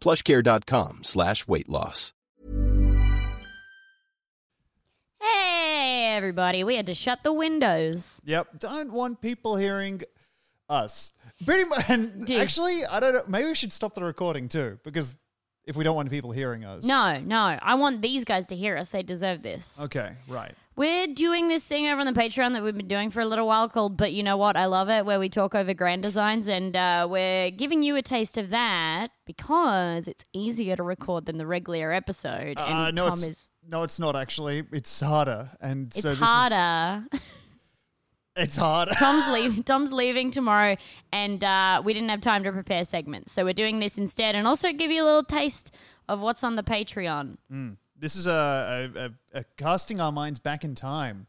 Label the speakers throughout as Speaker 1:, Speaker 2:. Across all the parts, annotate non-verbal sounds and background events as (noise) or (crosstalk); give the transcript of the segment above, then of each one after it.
Speaker 1: plushcare.com slash weight loss.
Speaker 2: Hey, everybody. We had to shut the windows.
Speaker 3: Yep. Don't want people hearing us. Pretty much. And
Speaker 2: (laughs) Dude.
Speaker 3: actually, I don't know. Maybe we should stop the recording too, because if we don't want people hearing us.
Speaker 2: No, no. I want these guys to hear us. They deserve this.
Speaker 3: Okay, right.
Speaker 2: We're doing this thing over on the Patreon that we've been doing for a little while called But You Know What? I Love It, where we talk over grand designs. And uh, we're giving you a taste of that because it's easier to record than the regular episode. And
Speaker 3: Uh, no,
Speaker 2: Tom
Speaker 3: it's,
Speaker 2: is.
Speaker 3: no, it's not actually. It's harder. And
Speaker 2: It's
Speaker 3: so this
Speaker 2: harder.
Speaker 3: Is, (laughs) it's harder.
Speaker 2: Tom's
Speaker 3: (laughs)
Speaker 2: leaving. Tom's leaving tomorrow, and uh, we didn't have time to prepare segments, so we're doing this instead, and also give you a little taste of what's on the Patreon.
Speaker 3: mm, This is a, a, a, a casting our minds back in time,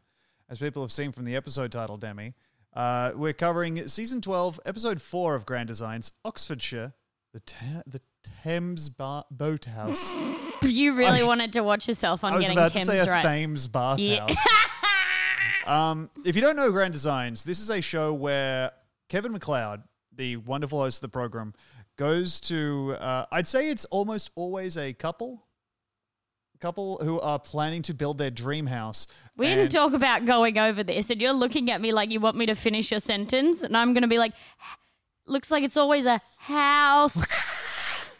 Speaker 3: as people have seen from the episode title, Demi. Uh, we're covering season 12, episode 4 of Grand Designs, Oxfordshire, the, ta- the Thames Bar- Boathouse.
Speaker 2: (laughs) You really wanted to watch yourself on
Speaker 3: I was
Speaker 2: getting
Speaker 3: about
Speaker 2: Tim's
Speaker 3: to say a
Speaker 2: right.
Speaker 3: Thames bathhouse.
Speaker 2: Yeah. (laughs)
Speaker 3: um, if you don't know Grand Designs, this is a show where Kevin McLeod, the wonderful host of the program, goes to. Uh, I'd say it's almost always a couple, couple who are planning to build their dream house.
Speaker 2: We didn't
Speaker 3: And-
Speaker 2: talk about going over this, and you're looking at me like you want me to finish your sentence, and I'm gonna be like, looks like it's always a
Speaker 3: (laughs)
Speaker 2: house.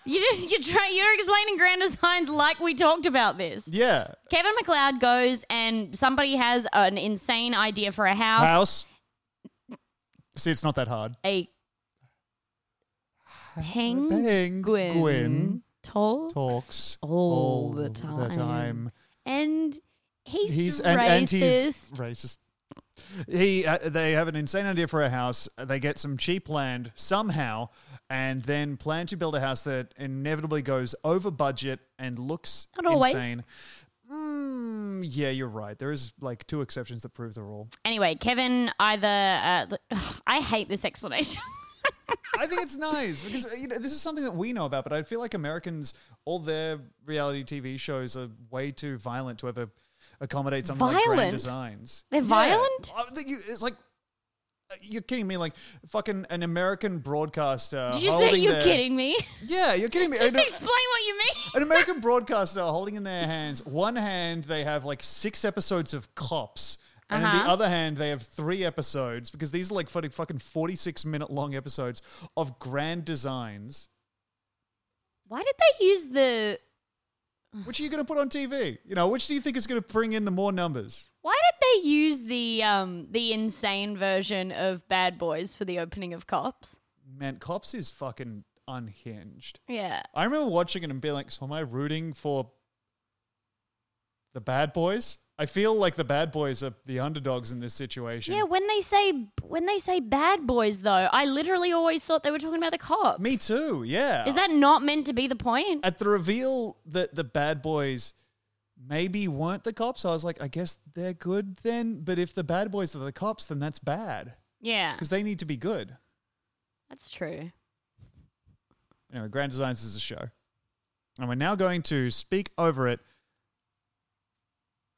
Speaker 2: you just you're trying you're explaining grand designs like we talked about this.
Speaker 3: Yeah,
Speaker 2: Kevin McLeod goes and somebody has an insane idea for a house.
Speaker 3: house. See, it's not that hard. (sighs)
Speaker 2: A penguin,
Speaker 3: Penguin
Speaker 2: talks,
Speaker 3: Talks
Speaker 2: all, the time.
Speaker 3: time.
Speaker 2: And he's,
Speaker 3: he's
Speaker 2: racist.
Speaker 3: and, and he's racist. He, uh, they have an insane idea for a house. They get some cheap land somehow, and then plan to build a house that inevitably goes over budget and looks
Speaker 2: Not always.
Speaker 3: insane. Mm, yeah, you're right. There is like two exceptions that prove the rule.
Speaker 2: anyway, Kevin either uh, (sighs) ugh, I hate this explanation. (laughs)
Speaker 3: I think it's nice because you know, this is something that we know about, but I feel like Americans, all their reality TV shows are way too violent to ever accommodate something like grand
Speaker 2: Violent?
Speaker 3: designs.
Speaker 2: They're violent?
Speaker 3: I think you- It's like. You're kidding me! Like fucking an American broadcaster.
Speaker 2: Did you say
Speaker 3: Uh, holding
Speaker 2: you're
Speaker 3: their- (laughs)
Speaker 2: kidding me?
Speaker 3: Yeah, you're kidding me.
Speaker 2: Just
Speaker 3: An-
Speaker 2: explain what you mean.
Speaker 3: an American broadcaster holding in their hands one hand they have like six episodes of Cops, and in the
Speaker 2: Uh-huh.
Speaker 3: other hand they have three episodes because these are like fucking fucking forty six minute long episodes of grand designs.
Speaker 2: Why did they use the
Speaker 3: Which are you going to put on TV? You know, which do you think is going to bring in the more numbers?
Speaker 2: why did they use the um the insane version of Bad Boys for the opening of Cops?
Speaker 3: Man, Cops is fucking unhinged.
Speaker 2: Yeah.
Speaker 3: I remember watching it and being like, so am I rooting for the bad boys? I feel like the bad boys are the underdogs in this situation.
Speaker 2: Yeah, when they say when they say bad boys though, I literally always thought they were talking about the cops.
Speaker 3: Me too, yeah.
Speaker 2: Is that not meant to be the point?
Speaker 3: at the reveal that the bad boys maybe weren't the cops, I was like, I guess they're good then, but if the bad boys are the cops, then that's bad.
Speaker 2: yeah.
Speaker 3: Because they need to be good.
Speaker 2: That's true.
Speaker 3: Anyway, Grand Designs is a show. And we're now going to speak over it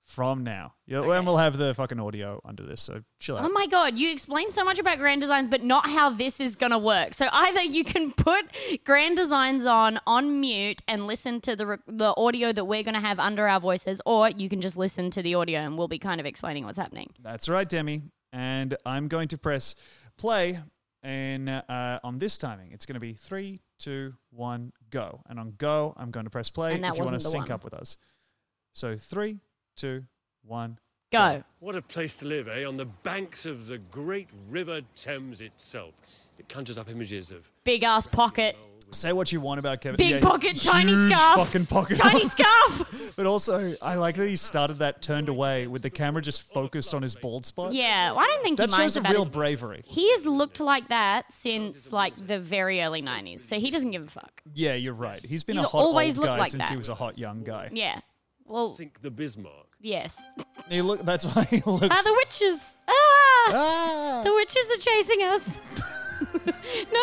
Speaker 3: from now. Yeah,
Speaker 2: Okay.
Speaker 3: And we'll have the fucking audio under this, so chill out.
Speaker 2: Oh my god, you explained so much about grand designs, but not how this is gonna work. So either you can (laughs) put grand designs on on mute and listen to the rec- the audio that we're gonna have under our voices, or you can just listen to the audio and we'll be kind of explaining what's happening.
Speaker 3: That's right, Demi. And I'm going to press play And uh, on this timing, it's going to be three, two, one, go. And on go, I'm going to press play
Speaker 2: And that
Speaker 3: if you want to
Speaker 2: wasn't the
Speaker 3: sync
Speaker 2: one.
Speaker 3: up with us. So three, two, one.
Speaker 2: Go.
Speaker 4: What a place to live, eh? On the banks of the great River Thames itself. It conjures up images of
Speaker 2: Big ass pocket.
Speaker 3: Say what you want about Kevin.
Speaker 2: Big
Speaker 3: yeah,
Speaker 2: pocket, tiny
Speaker 3: huge
Speaker 2: scarf.
Speaker 3: Fucking pocket. (laughs)
Speaker 2: Tiny scarf.
Speaker 3: But also, I like that he started that turned away with the camera just focused on his bald spot.
Speaker 2: Yeah, well, I don't think
Speaker 3: That
Speaker 2: he
Speaker 3: shows
Speaker 2: minds
Speaker 3: a
Speaker 2: about
Speaker 3: real
Speaker 2: his-
Speaker 3: bravery.
Speaker 2: He has looked like that since like the very early '90s, so he doesn't give a fuck.
Speaker 3: Yeah, you're right. He's been
Speaker 2: He's
Speaker 3: a hot
Speaker 2: always
Speaker 3: old
Speaker 2: looked
Speaker 3: guy
Speaker 2: like
Speaker 3: since he
Speaker 2: that.
Speaker 3: was a hot young guy.
Speaker 2: Yeah. Well,
Speaker 4: Sink the Bismarck.
Speaker 3: (coughs)
Speaker 2: yes.
Speaker 3: He look. That's (laughs) why he looks.
Speaker 2: Ah, the witches! Ah,
Speaker 3: Ah!
Speaker 2: the witches are chasing us. (laughs) no, no, no!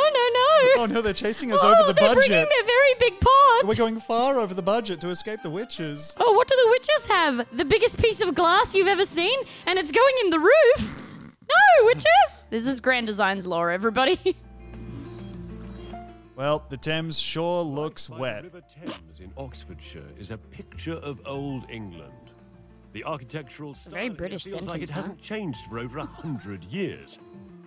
Speaker 3: Oh no, they're chasing us
Speaker 2: Oh,
Speaker 3: over the
Speaker 2: they're bringing
Speaker 3: budget.
Speaker 2: their very big pot.
Speaker 3: We're going far over the budget to escape the witches.
Speaker 2: Oh, what do the witches have? The biggest piece of glass you've ever seen, and it's going in the roof. No, witches! This is Grand Design's lore, everybody. (laughs)
Speaker 3: Well, the Thames sure looks wet.
Speaker 4: River Thames in Oxfordshire is a picture of old England. The architectural style
Speaker 2: very
Speaker 4: here
Speaker 2: British
Speaker 4: feels like
Speaker 2: sentence,
Speaker 4: it
Speaker 2: huh?
Speaker 4: hasn't changed for over a hundred years.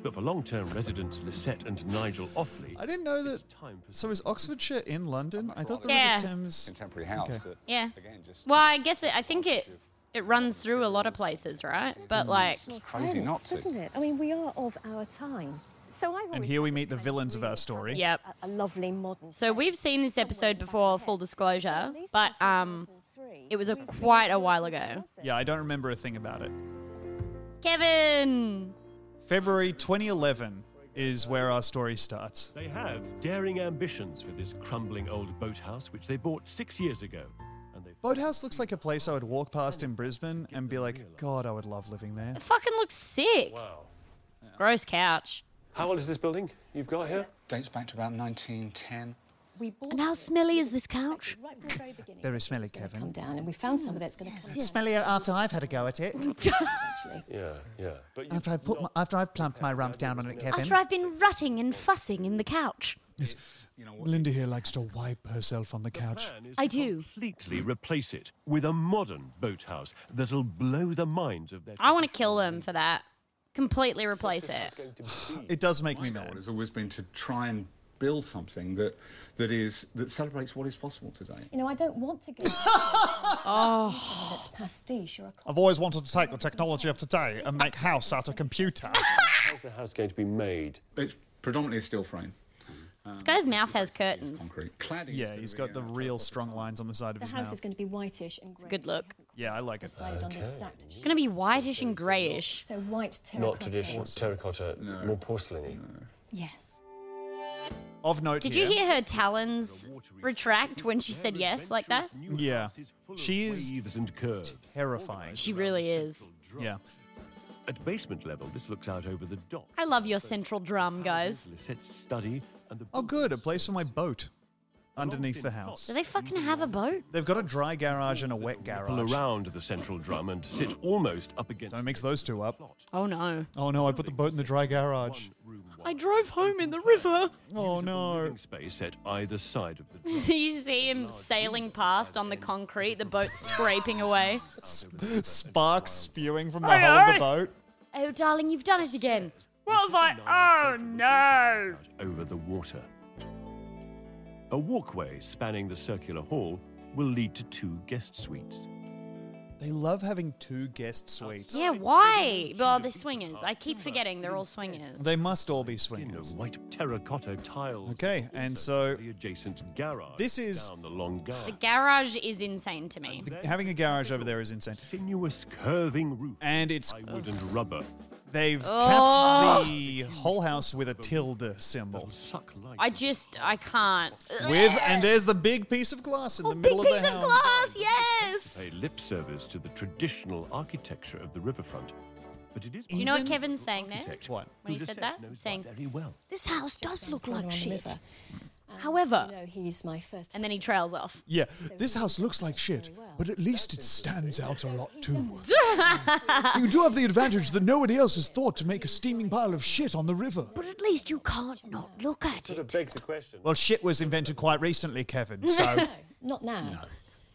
Speaker 4: But for long-term residents Lisette and Nigel Offley,
Speaker 3: I didn't know that.
Speaker 4: time for
Speaker 3: So is Oxfordshire in London? I thought the
Speaker 2: Yeah.
Speaker 3: River Thames.
Speaker 5: contemporary house.
Speaker 3: Okay.
Speaker 5: that,
Speaker 2: Yeah.
Speaker 5: Again, just
Speaker 2: Well, I guess it, I think it it runs through a lot of places, right? But like,
Speaker 5: it's crazy not to.
Speaker 6: doesn't it? I mean, we are of our time. So I
Speaker 3: And here we meet the villains of our story.
Speaker 2: yep.
Speaker 6: A, a lovely modern.
Speaker 2: So we've seen this episode before, full disclosure, but um, it was a
Speaker 6: We've been
Speaker 2: quite a while
Speaker 6: building
Speaker 2: ago.
Speaker 6: castles.
Speaker 3: Yeah, I don't remember a thing about it.
Speaker 2: Kevin.
Speaker 3: February 2011 is where our story starts.
Speaker 4: They have daring ambitions for this crumbling old boathouse, which they bought six years ago. And they
Speaker 3: Boathouse looks like a place I would walk past in Brisbane and be like, God, I would love living there.
Speaker 2: It fucking looks sick.
Speaker 4: wow.
Speaker 2: Gross couch.
Speaker 4: How old is this building you've got here?
Speaker 5: Dates back to about 1910.
Speaker 7: We bought
Speaker 2: And how
Speaker 7: it
Speaker 2: smelly is this couch?
Speaker 7: right from the very beginning.
Speaker 3: Very smelly,
Speaker 7: It's gonna
Speaker 3: Kevin.
Speaker 7: Come down, and we found somewhere that's going to come down,
Speaker 3: Smellier after I've had a go at it.
Speaker 7: actually.
Speaker 4: Yeah, yeah. But you,
Speaker 3: After I've put my, after I've plumped my rump down on it, Kevin. (laughs)
Speaker 2: After I've been rutting and fussing in the couch.
Speaker 5: You know what?
Speaker 3: Linda here likes to wipe herself on the couch.
Speaker 4: plan is
Speaker 2: I
Speaker 4: to
Speaker 2: do.
Speaker 4: Completely replace it with a modern boathouse that'll blow the minds of their.
Speaker 2: I want to kill them for that. Completely replace it.
Speaker 3: It does make
Speaker 5: My
Speaker 3: me
Speaker 5: goal
Speaker 3: mad.
Speaker 5: has always been to try and build something that that is that celebrates what is possible today.
Speaker 7: You know, I don't want
Speaker 2: (laughs)
Speaker 7: to go. oh. That's pastiche or a
Speaker 3: I've always wanted to take the technology of today and make house out of computer.
Speaker 4: How's the house going to be made?
Speaker 5: It's predominantly a steel frame.
Speaker 2: This guy's mouth has
Speaker 5: It's
Speaker 2: curtains.
Speaker 5: (laughs) concrete. Cladding. is
Speaker 3: yeah,
Speaker 5: gonna
Speaker 3: he's
Speaker 5: be
Speaker 3: got the
Speaker 5: out
Speaker 3: real
Speaker 5: of-
Speaker 3: strong lines on the side of
Speaker 7: The
Speaker 3: his
Speaker 7: house is
Speaker 3: mouth.
Speaker 7: going to be whitish and grey.
Speaker 2: good
Speaker 7: We
Speaker 2: look.
Speaker 7: haven't
Speaker 3: Yeah, I like it.
Speaker 7: Decided on the exact
Speaker 2: It's gonna be whitish and greyish.
Speaker 7: So white terracotta.
Speaker 8: Not traditional terracotta, more porcelain.
Speaker 7: Yes.
Speaker 3: Of note
Speaker 2: Did
Speaker 3: here,
Speaker 2: you hear her talons retract when she said yes like that?
Speaker 3: Yeah. She
Speaker 4: she
Speaker 3: is
Speaker 4: is waves and curves.
Speaker 3: Terrifying.
Speaker 2: She really is.
Speaker 3: Yeah.
Speaker 4: At basement level, this looks out over the dock.
Speaker 2: I love your central drum, guys.
Speaker 4: Lisette's study and the
Speaker 3: Oh, good, a place for my boat underneath the house.
Speaker 2: Do they fucking have a boat?
Speaker 3: They've got a dry garage and a wet
Speaker 4: Pull
Speaker 3: garage.
Speaker 4: around the central drum and sit
Speaker 3: (gasps)
Speaker 4: almost up against.
Speaker 3: Don't mix those two up.
Speaker 2: Oh no.
Speaker 3: Oh no, I put the boat in the dry garage.
Speaker 2: I drove home in the river.
Speaker 3: Oh no.
Speaker 4: Living space at either side of the.
Speaker 2: Do (laughs) you see him sailing past on the concrete, the boat scraping away?
Speaker 3: (gasps) Sparks spewing from the hull of the boat.
Speaker 2: Oh, darling, you've done it again.
Speaker 4: What if I? Oh no! Over the water. A walkway spanning the circular hall will lead to two guest suites.
Speaker 3: They love having two guest suites.
Speaker 2: Yeah, why? Well, they're swingers. I keep forgetting they're all swingers.
Speaker 3: They must all be
Speaker 4: In a
Speaker 3: swingers.
Speaker 4: white terracotta tiles.
Speaker 3: Okay, and so
Speaker 4: Also the adjacent garage.
Speaker 3: this is-
Speaker 4: down the long
Speaker 2: The
Speaker 4: garden.
Speaker 2: garage is insane to me.
Speaker 3: The- having a garage over there is insane.
Speaker 4: Sinuous curving roof.
Speaker 3: And it's
Speaker 4: Plywood and rubber.
Speaker 3: they've
Speaker 2: Oh.
Speaker 3: capped the whole house with a tilde symbol.
Speaker 4: That'll suck life.
Speaker 2: I just, I can't.
Speaker 3: With
Speaker 2: (laughs)
Speaker 3: and there's the big piece of glass in the middle
Speaker 2: Oh, Big
Speaker 3: of
Speaker 2: piece
Speaker 3: the
Speaker 2: of
Speaker 3: house.
Speaker 2: glass, yes.
Speaker 4: Pay lip service to the traditional architecture of the riverfront. But it is.
Speaker 2: Do you know what Kevin's saying there?
Speaker 4: architect
Speaker 3: What?
Speaker 2: When he
Speaker 4: who
Speaker 2: said
Speaker 4: Lisette
Speaker 2: that,
Speaker 4: knows
Speaker 2: saying-
Speaker 4: very well.
Speaker 6: This house does look like shit. (laughs)
Speaker 2: However,
Speaker 7: No, he's my first.
Speaker 2: and then he trails off.
Speaker 3: Yeah, this house looks like shit, but at least it stands out a lot too. you do have the advantage that nobody else has thought to make a steaming pile of shit on the river.
Speaker 6: But at least you can't not look at
Speaker 7: (laughs)
Speaker 6: it.
Speaker 8: Sort of begs the question.
Speaker 2: (laughs)
Speaker 3: Well, shit was invented quite recently, Kevin, so
Speaker 7: Not now.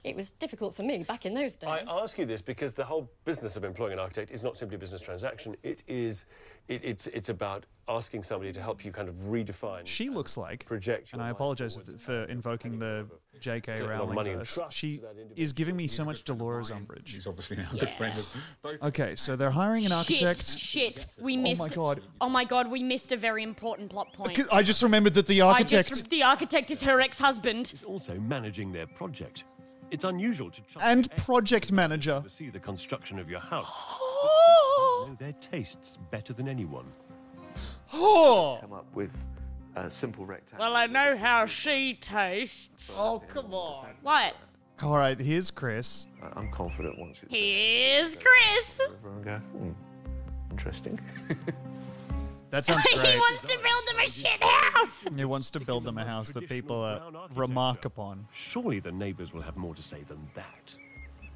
Speaker 7: It was difficult for me back in those days.
Speaker 8: I ask you this because the whole business of employing an architect is not simply a business transaction. It is, it, it's, it's about asking somebody to help you kind of redefine.
Speaker 3: She looks like,
Speaker 8: Project
Speaker 3: and
Speaker 8: your
Speaker 3: I
Speaker 8: life
Speaker 3: apologize
Speaker 8: forward.
Speaker 3: for invoking the J.K.
Speaker 8: Take a lot of
Speaker 3: Rowling.
Speaker 8: money and
Speaker 3: verse.
Speaker 8: trust
Speaker 3: She
Speaker 8: to that individual.
Speaker 3: is giving me so much Dolores Umbridge.
Speaker 5: He's obviously now a good friend of both.
Speaker 3: Okay, so they're hiring an architect.
Speaker 2: Shit, shit, we
Speaker 3: Oh my
Speaker 2: missed.
Speaker 3: God.
Speaker 2: Oh my god, we missed a very important plot point.
Speaker 3: I just remembered that the
Speaker 2: I
Speaker 3: architect.
Speaker 2: just the architect is her
Speaker 3: (gasps)
Speaker 2: ex-husband.
Speaker 4: It's also managing their project. It's unusual to trust
Speaker 3: And
Speaker 4: an ex-
Speaker 3: project manager.
Speaker 4: to see the construction of your
Speaker 2: (gasps)
Speaker 4: house. know their tastes better than anyone.
Speaker 3: Oh,
Speaker 9: Come up with a simple rectangle.
Speaker 2: Well, I know how she tastes.
Speaker 3: oh come on.
Speaker 2: What?
Speaker 3: All right, here's Chris.
Speaker 9: I- I'm confident once it's
Speaker 2: Here's Chris.
Speaker 9: over and go, hmm, interesting.
Speaker 3: (laughs) That sounds
Speaker 2: (laughs) he
Speaker 3: great.
Speaker 2: wants to build them a shit house.
Speaker 3: He wants to build them a house that people
Speaker 4: Brown
Speaker 3: uh,
Speaker 4: architecture.
Speaker 3: remark upon.
Speaker 4: Surely the neighbours will have more to say than that.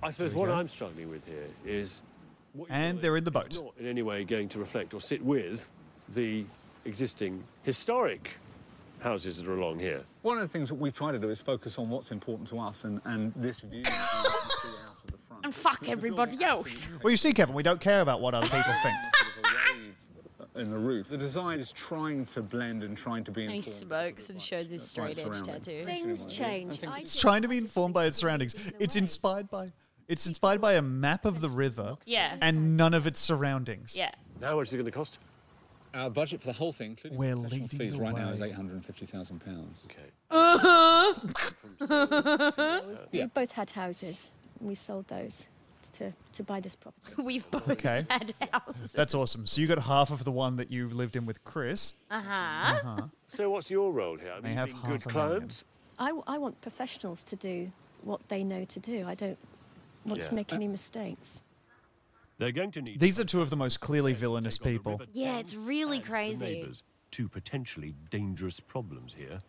Speaker 8: I suppose what I'm struggling with here is. what you're
Speaker 3: And
Speaker 8: doing
Speaker 3: they're in the
Speaker 8: is
Speaker 3: boat.
Speaker 8: Not in any way going to reflect or sit with the existing historic houses that are along here.
Speaker 5: One of the things that we try to do is focus on what's important to us, and, and this view is out of the front.
Speaker 2: And fuck
Speaker 5: The building
Speaker 2: everybody
Speaker 5: actually
Speaker 2: else.
Speaker 5: makes
Speaker 3: Well, you see, Kevin, we don't care about what
Speaker 2: (laughs)
Speaker 3: other people think.
Speaker 5: sort of a wave in the roof. The design is trying to blend and trying to be.
Speaker 2: And he
Speaker 5: informed
Speaker 2: smokes
Speaker 5: by
Speaker 2: and
Speaker 5: the
Speaker 2: shows his
Speaker 5: right
Speaker 2: straight edge
Speaker 5: surroundings.
Speaker 2: tattoo.
Speaker 6: Things change. I
Speaker 3: It's
Speaker 6: just-
Speaker 3: trying to be
Speaker 6: I just
Speaker 3: informed
Speaker 6: think
Speaker 3: by
Speaker 6: it
Speaker 3: its
Speaker 6: was
Speaker 3: surroundings.
Speaker 6: in the
Speaker 3: It's
Speaker 6: way.
Speaker 3: inspired by. It's inspired by a map of the river.
Speaker 2: Yeah.
Speaker 3: And none of its surroundings.
Speaker 2: Yeah.
Speaker 8: And How much is it going to cost?
Speaker 5: Our budget for the whole thing, including
Speaker 3: We're
Speaker 5: professional
Speaker 3: leading
Speaker 5: fees,
Speaker 3: the
Speaker 5: right now is
Speaker 3: way.
Speaker 5: eight hundred and fifty thousand pounds.
Speaker 8: Okay.
Speaker 7: We both had houses. We sold those to, to buy this property.
Speaker 2: (laughs) We've both
Speaker 3: Okay.
Speaker 2: had houses.
Speaker 3: That's awesome. So you got half of the one that you lived in with Chris. Uh-huh.
Speaker 2: Uh huh.
Speaker 8: So what's your role here? I mean,
Speaker 3: have
Speaker 8: being
Speaker 3: half
Speaker 8: good
Speaker 3: a
Speaker 6: Uh-huh.
Speaker 3: million.
Speaker 8: clients.
Speaker 7: I, w- I want professionals to do what they know to do. I don't want
Speaker 8: Yeah.
Speaker 7: to make any mistakes.
Speaker 4: They're going to need
Speaker 3: These are two of the most clearly villainous
Speaker 4: take on the
Speaker 3: people.
Speaker 4: river
Speaker 2: Yeah, it's really
Speaker 4: and the
Speaker 2: crazy.
Speaker 4: neighbours. Two potentially dangerous problems here.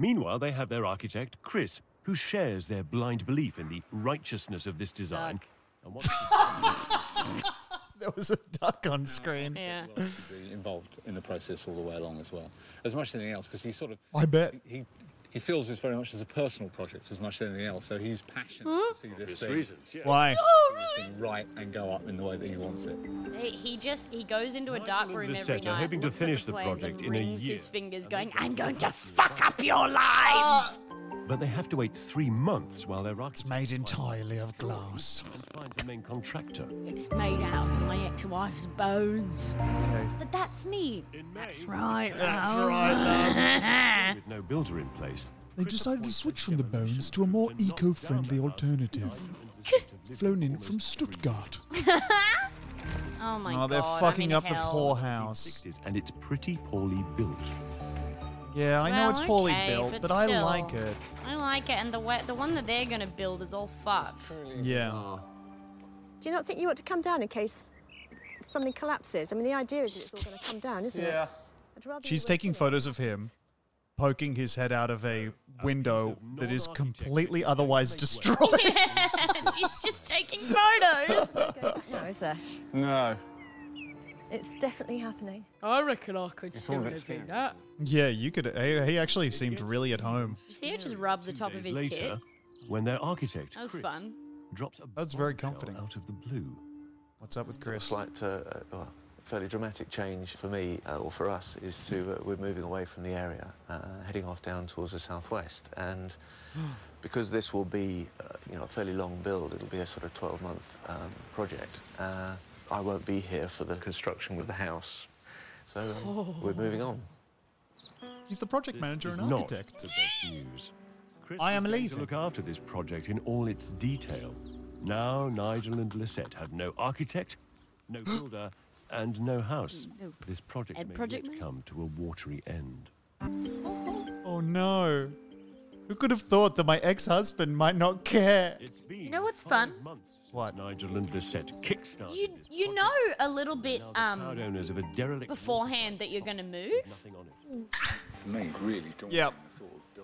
Speaker 4: Meanwhile, they have their architect, Chris, who shares their blind belief in the righteousness of this design. And wants to
Speaker 3: (laughs) There was a duck on screen.
Speaker 2: Yeah.
Speaker 5: Be involved in the process all the way along as well, as much as anything else, because he sort of
Speaker 3: I bet.
Speaker 5: he he feels this very much as a personal project as much as anything else. So he's passionate to see this
Speaker 8: Obvious
Speaker 5: thing,
Speaker 8: reasons, yeah.
Speaker 3: Why?
Speaker 5: this thing right and go up in the way that he wants it.
Speaker 2: He, he just he goes into a
Speaker 4: Nigel
Speaker 2: dark
Speaker 4: and
Speaker 2: room every
Speaker 4: Lisette are
Speaker 2: night,
Speaker 4: hoping to
Speaker 2: looks at
Speaker 4: finish
Speaker 2: the
Speaker 4: the
Speaker 2: plans
Speaker 4: project in
Speaker 2: and
Speaker 4: a
Speaker 2: rings his
Speaker 4: year.
Speaker 2: fingers, going, "I'm going to fuck up your lives."
Speaker 4: but they have to wait three months while their
Speaker 3: It's
Speaker 4: architect
Speaker 3: made entirely of glass.
Speaker 4: finds the main contractor.
Speaker 2: It's made out of my ex-wife's bones.
Speaker 3: Okay.
Speaker 2: But that's me. That's right.
Speaker 3: That's
Speaker 2: love.
Speaker 3: right, love.
Speaker 4: With no builder in place,
Speaker 3: They
Speaker 4: Chris
Speaker 3: decided to
Speaker 4: appoints
Speaker 3: switch
Speaker 4: a
Speaker 3: from the
Speaker 4: demolition
Speaker 3: bones to a more
Speaker 4: crew to knock down
Speaker 3: eco-friendly
Speaker 4: the house
Speaker 3: alternative.
Speaker 4: and
Speaker 3: (laughs)
Speaker 4: design and destruction of living
Speaker 3: Flown in
Speaker 4: almost
Speaker 3: from
Speaker 4: three
Speaker 3: Stuttgart.
Speaker 2: (laughs) Oh my god.
Speaker 3: Oh, they're
Speaker 2: I'm
Speaker 3: fucking
Speaker 2: in
Speaker 3: up the
Speaker 2: hell.
Speaker 3: poor (gasps) house.
Speaker 4: 1960s, and it's pretty poorly built.
Speaker 3: Yeah, I know
Speaker 2: Well,
Speaker 3: it's poorly
Speaker 2: okay,
Speaker 3: built,
Speaker 2: but
Speaker 3: but, I
Speaker 2: still.
Speaker 3: like it.
Speaker 2: I like it, and the way, the one that they're gonna build is all fucked.
Speaker 3: Yeah.
Speaker 6: Do you not think you ought to come down in case something collapses? I mean, the idea is it's all going to come down, isn't it? I'd rather you
Speaker 3: She's
Speaker 6: were
Speaker 3: taking
Speaker 6: here.
Speaker 3: photos of him poking his head out of
Speaker 4: Uh,
Speaker 3: a window that is completely otherwise destroyed.
Speaker 2: (laughs) She's just taking photos.
Speaker 6: (laughs) No, is there?
Speaker 5: No,
Speaker 6: It's definitely happening.
Speaker 2: I reckon I could still
Speaker 5: bit live in scary.
Speaker 2: that.
Speaker 3: yeah, you could. He, he actually seemed really at home.
Speaker 2: See, I just rub the top of
Speaker 4: Days
Speaker 2: his tit.
Speaker 4: later, when their architect
Speaker 2: That was
Speaker 4: Chris,
Speaker 2: fun.
Speaker 4: drops a
Speaker 3: That's very
Speaker 4: bombshell
Speaker 3: comforting.
Speaker 4: out of the blue.
Speaker 3: What's up with
Speaker 9: A
Speaker 3: Chris?
Speaker 9: slight, uh, uh, well, fairly dramatic change for me uh, or for us is to uh, we're moving away from the area, uh, heading off down towards the southwest, and because this will be, uh, you know, a fairly long build, it'll be a sort of 12-month um, project. Uh, I won't be here for the construction with the house, so um, we're moving
Speaker 3: (laughs)
Speaker 9: on.
Speaker 3: He's the project
Speaker 4: This
Speaker 3: manager
Speaker 4: is
Speaker 3: and
Speaker 4: not
Speaker 3: architect.
Speaker 4: the best news. Chris
Speaker 3: I
Speaker 4: was
Speaker 3: am
Speaker 4: going to
Speaker 3: leaving.
Speaker 4: look after this project in all its detail. Now Nigel and Lisette have no architect,
Speaker 3: (gasps)
Speaker 4: no builder, and no house. This project
Speaker 2: And
Speaker 4: may
Speaker 2: project
Speaker 4: yet
Speaker 2: man?
Speaker 4: come to a watery end.
Speaker 3: Oh no. Who could have thought that my ex husband might not care?
Speaker 4: It's been
Speaker 2: know what's
Speaker 4: five
Speaker 2: fun?
Speaker 4: Months since
Speaker 3: What?
Speaker 4: Nigel and Lisette kickstarted
Speaker 2: You
Speaker 4: this
Speaker 2: you
Speaker 4: project.
Speaker 2: know a little bit
Speaker 4: Now the proud
Speaker 2: um
Speaker 4: owners of a derelict
Speaker 2: beforehand that you're gonna move.
Speaker 4: waterfront, nothing on it.
Speaker 5: for me, really daunting.
Speaker 3: Yep.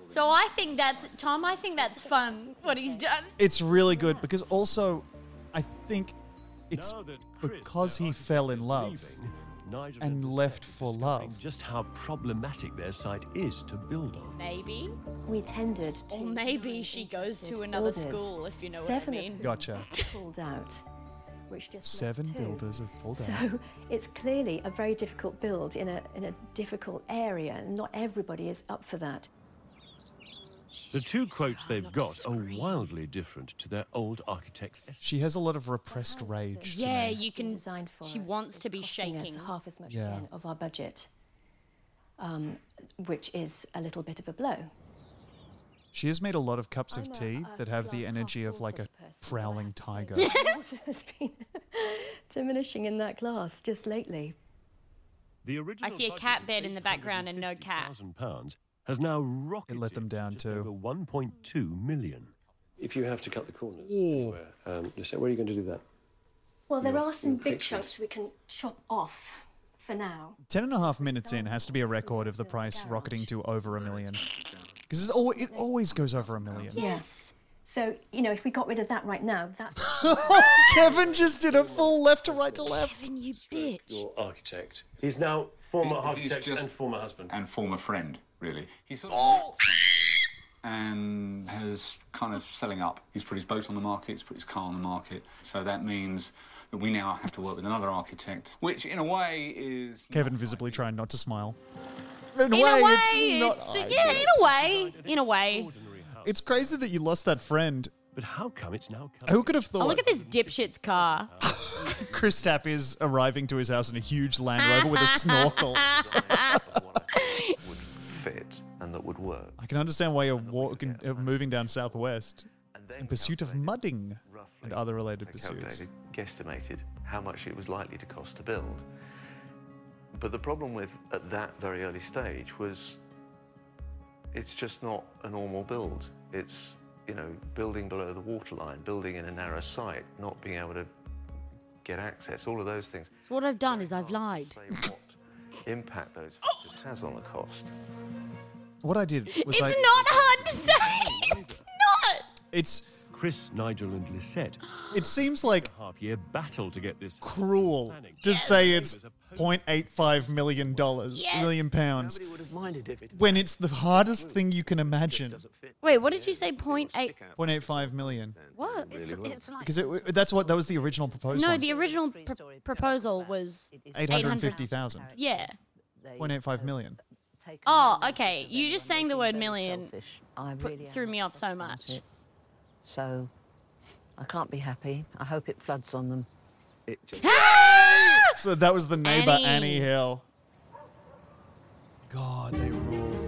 Speaker 2: So I think that's Tom. I think that's fun. What he's done.
Speaker 3: It's really good because also, I think it's
Speaker 4: Now that Chris,
Speaker 3: because
Speaker 4: their
Speaker 3: he fell
Speaker 4: architect,
Speaker 3: in
Speaker 4: is
Speaker 3: love.
Speaker 4: leaving, Nigel
Speaker 3: And
Speaker 4: the
Speaker 3: left
Speaker 4: Secretary
Speaker 3: for
Speaker 4: discovering
Speaker 3: love.
Speaker 4: Just how problematic their site is to build on.
Speaker 2: Maybe.
Speaker 10: We tended to.
Speaker 2: Or maybe she goes to
Speaker 10: listed
Speaker 2: another
Speaker 10: orders.
Speaker 2: school, if you know
Speaker 10: Seven
Speaker 2: what I
Speaker 10: of
Speaker 2: mean.
Speaker 10: them (laughs)
Speaker 3: Gotcha.
Speaker 10: Pulled out, which just left
Speaker 3: Seven
Speaker 10: two.
Speaker 3: builders have pulled out.
Speaker 10: So it's clearly a very difficult build in a in a difficult area, and not everybody is up for that.
Speaker 4: The two quotes they've got are wildly different to their old architect's
Speaker 3: She has a lot of repressed rage.
Speaker 2: Yeah,
Speaker 3: to me.
Speaker 2: you can. She wants to be
Speaker 10: Costing us
Speaker 2: shaking.
Speaker 10: half as much
Speaker 3: Yeah.
Speaker 10: again of our budget, um, which is a little bit of a blow.
Speaker 3: She has made a lot of cups
Speaker 10: I'm
Speaker 3: of
Speaker 10: a-
Speaker 3: tea
Speaker 10: a
Speaker 3: that have the
Speaker 10: glass
Speaker 3: energy of like a prowling
Speaker 10: (laughs)
Speaker 3: tiger.
Speaker 10: Water has been (laughs) diminishing in that glass just lately.
Speaker 4: The original
Speaker 2: I see a cat bed in the background and no cat.
Speaker 4: thousand pounds has now rocketed.
Speaker 3: It let them down
Speaker 4: Over
Speaker 3: too.
Speaker 4: 1.2 million.
Speaker 8: If you have to cut the corners,
Speaker 3: Ooh.
Speaker 8: where, um, Lisette, where are you going to do that?
Speaker 7: Well, there
Speaker 8: Yeah.
Speaker 7: are some big
Speaker 8: Pictures.
Speaker 7: chunks we can chop off for now.
Speaker 3: Ten and a half minutes in has to be a record of the price rocketing to over a million. Because it always goes over a million.
Speaker 10: Yes. So you know, if we got rid of that right now, that's
Speaker 3: Oh, Kevin just did a full left to right to left.
Speaker 2: Kevin, you bitch.
Speaker 8: Your architect. He's now former
Speaker 5: He- he's
Speaker 8: architect
Speaker 5: just-
Speaker 8: and former husband.
Speaker 5: and former friend, really. He sort of and has kind of selling up. He's put his boat on the market, he's put his car on the market. So that means that we now have to work with another architect, which in a way is
Speaker 3: Kevin visibly trying not to smile. In a
Speaker 2: In
Speaker 3: way,
Speaker 2: a way,
Speaker 3: it's not.
Speaker 2: it's, yeah. In a way, in a way.
Speaker 3: It's crazy that you lost that friend.
Speaker 4: But how come it's now
Speaker 3: Who could have thought?
Speaker 2: Oh, look at this dipshit's car.
Speaker 3: Chris Tapp is arriving to his house in a huge Land Rover with a
Speaker 2: (laughs)
Speaker 3: snorkel.
Speaker 9: fit and that would work.
Speaker 3: I can understand why you're walking, uh, moving down southwest
Speaker 9: And then
Speaker 3: in pursuit of mudding and other related pursuits.
Speaker 9: calculated, guesstimated how much it was likely to cost to build. But the problem with at that very early stage was it's just not a normal build. It's you know building below the waterline, building in a narrow site, not being able to get access, all of those things.
Speaker 2: So what I've done is I've lied.
Speaker 9: Say what impact those factors has on the cost.
Speaker 3: What I did was
Speaker 2: It's
Speaker 3: I.
Speaker 2: not hard to say. It's not.
Speaker 3: it's.
Speaker 4: Chris, Nigel, and Lisette
Speaker 3: (gasps) It seems like
Speaker 4: half year battle to get this
Speaker 3: cruel to say it's 0.85 million dollars,
Speaker 2: Yes.
Speaker 3: million pounds,
Speaker 9: would have minded if it
Speaker 3: when it's the hardest thing you can imagine.
Speaker 9: fit.
Speaker 2: Wait, what did you say? Point eight.
Speaker 3: 0.85 million.
Speaker 2: What?
Speaker 3: Because it, that's what that was the original proposal.
Speaker 2: No, the original pr- proposal was
Speaker 3: 850,000.
Speaker 2: Yeah.
Speaker 3: 0.85 million.
Speaker 2: Oh, okay. You just saying the word million put, threw me off so much.
Speaker 11: So I can't be happy. I hope it floods on them.
Speaker 3: Ah!
Speaker 11: Ah!
Speaker 3: So that was the neighbor Annie,
Speaker 11: Annie.
Speaker 3: Hill. God, they rule.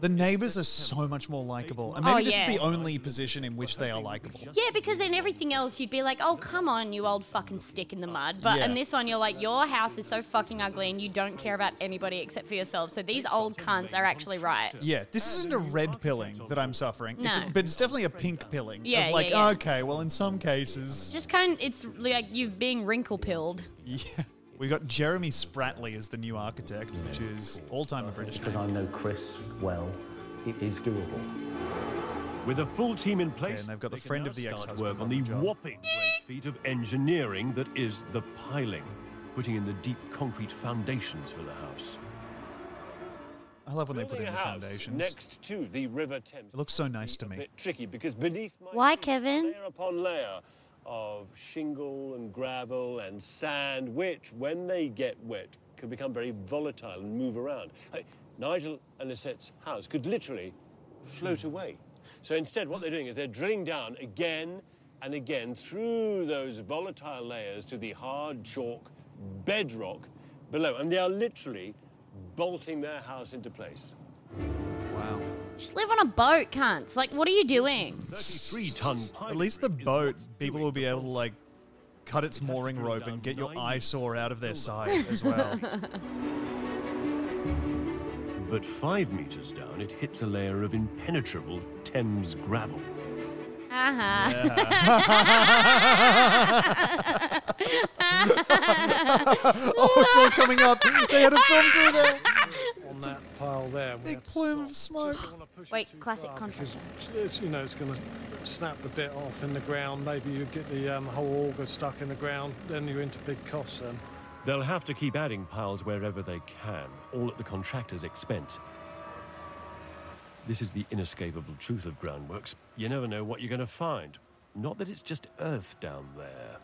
Speaker 3: The neighbors are (laughs) so much more likable. And maybe
Speaker 2: Oh,
Speaker 3: this
Speaker 2: yeah.
Speaker 3: is the only position in which they are likable.
Speaker 2: Yeah, because in everything else you'd be like, "Oh, come on, you old fucking stick in the mud." But
Speaker 3: Yeah.
Speaker 2: in this one, you're like, "Your house is so fucking ugly, and you don't care about anybody except for yourself." So these old cunts are actually right.
Speaker 3: Yeah, this
Speaker 8: Oh,
Speaker 3: isn't a red pilling that I'm suffering. It's a,
Speaker 2: No.
Speaker 3: but it's definitely a pink pilling. of
Speaker 2: Yeah,
Speaker 3: like,
Speaker 2: yeah, yeah.
Speaker 3: okay, well, in some cases,
Speaker 2: Just kind, of, it's like you being wrinkle pilled.
Speaker 3: yeah. (laughs) We got Jeremy Spratley as the new architect, which is all time a British.
Speaker 12: Because I know Chris well, it is doable.
Speaker 4: With a full team in place,
Speaker 3: and they've got the
Speaker 4: they can
Speaker 3: friend
Speaker 4: now
Speaker 3: of the
Speaker 4: start
Speaker 3: ex-husband
Speaker 4: work on
Speaker 3: on
Speaker 4: the
Speaker 3: the job.
Speaker 4: whopping great feat of engineering that is the piling, putting in the deep concrete foundations for the house.
Speaker 3: I love when they put
Speaker 8: Building
Speaker 3: in the
Speaker 8: a house
Speaker 3: foundations.
Speaker 8: Next to the River Thames.
Speaker 3: It looks so nice to
Speaker 8: A
Speaker 3: me.
Speaker 8: bit tricky because beneath my
Speaker 2: Why,
Speaker 8: feet,
Speaker 2: Kevin?
Speaker 8: layer upon layer of shingle and gravel and sand, which, when they get wet, can become very volatile and move around. Uh, Nigel and Lisette's house could literally float
Speaker 4: Hmm.
Speaker 8: away. So instead, what they're doing is they're drilling down again and again through those volatile layers to the hard chalk bedrock below, and they are literally bolting their house into place.
Speaker 3: Wow.
Speaker 2: Just live on a boat, cunts. Like, what are you doing?
Speaker 3: (laughs)
Speaker 4: 33 ton pile.
Speaker 3: At least the boat, people will be able to like cut its mooring rope and get your eyesore out of their side
Speaker 8: (laughs)
Speaker 3: as well.
Speaker 2: Uh-huh.
Speaker 4: But five meters down, it hits a layer of impenetrable Thames gravel.
Speaker 2: Uh-huh. (laughs)
Speaker 3: oh, it's all coming up. They had a film crew there.
Speaker 13: on that pile there.
Speaker 3: Big plume of smoke.
Speaker 2: Wait, classic contractor.
Speaker 13: It's, you know, it's going to snap the bit off in the ground. Maybe you get the um, whole auger stuck in the ground. Then you're into big costs then.
Speaker 4: They'll have to keep adding piles wherever they can, all at the contractor's expense. This is the inescapable truth of groundworks. You never know what you're going to find. Not that it's just earth down there.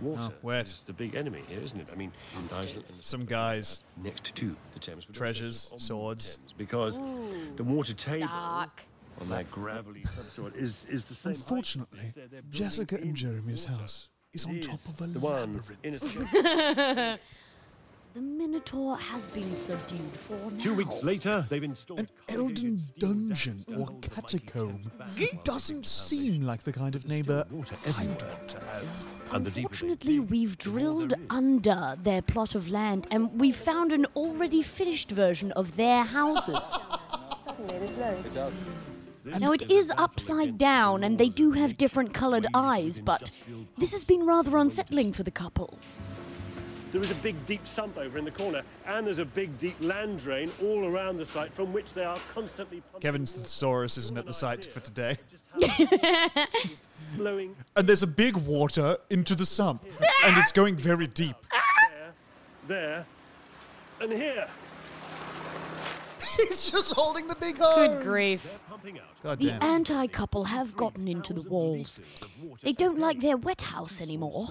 Speaker 4: Water is the big enemy here, isn't it? I mean, Iceland-
Speaker 3: Some guys
Speaker 4: next to the Thames, but also
Speaker 3: treasures, swords,
Speaker 4: because the water table
Speaker 2: Dark.
Speaker 4: on that gravelly subsoil is, is the same. height.
Speaker 13: Unfortunately,
Speaker 4: They're- they're building
Speaker 13: Jessica and
Speaker 4: in
Speaker 13: Jeremy's
Speaker 4: water.
Speaker 13: house is on
Speaker 4: It
Speaker 13: top
Speaker 4: is
Speaker 13: of a
Speaker 4: the one
Speaker 3: (laughs)
Speaker 4: inescapable.
Speaker 2: the (laughs)
Speaker 14: Minotaur has been subdued for now.
Speaker 4: Two weeks later, they've installed.
Speaker 13: Elden dungeon or catacomb
Speaker 3: doesn't seem like the kind of neighbour I
Speaker 4: want to have. And the deeper they
Speaker 14: Fortunately, we've drilled under their plot of land and we've found an already finished version of their houses.
Speaker 10: Suddenly there's loads.
Speaker 14: Now, it is upside down and they do have different coloured eyes, but this has been rather unsettling for the couple.
Speaker 8: There is a big deep sump over in the corner, and there's a big deep land drain all around the site from which they are constantly (laughs) pumping
Speaker 3: Kevin's thesaurus isn't at the site for today.
Speaker 8: flowing
Speaker 3: And there's a big water into the sump, and it's going very deep.
Speaker 8: there and here.
Speaker 3: (laughs) He's just holding the big
Speaker 14: Good grief.
Speaker 3: God
Speaker 14: The
Speaker 3: damn.
Speaker 14: anti couple have gotten into the walls. They don't like their wet house anymore.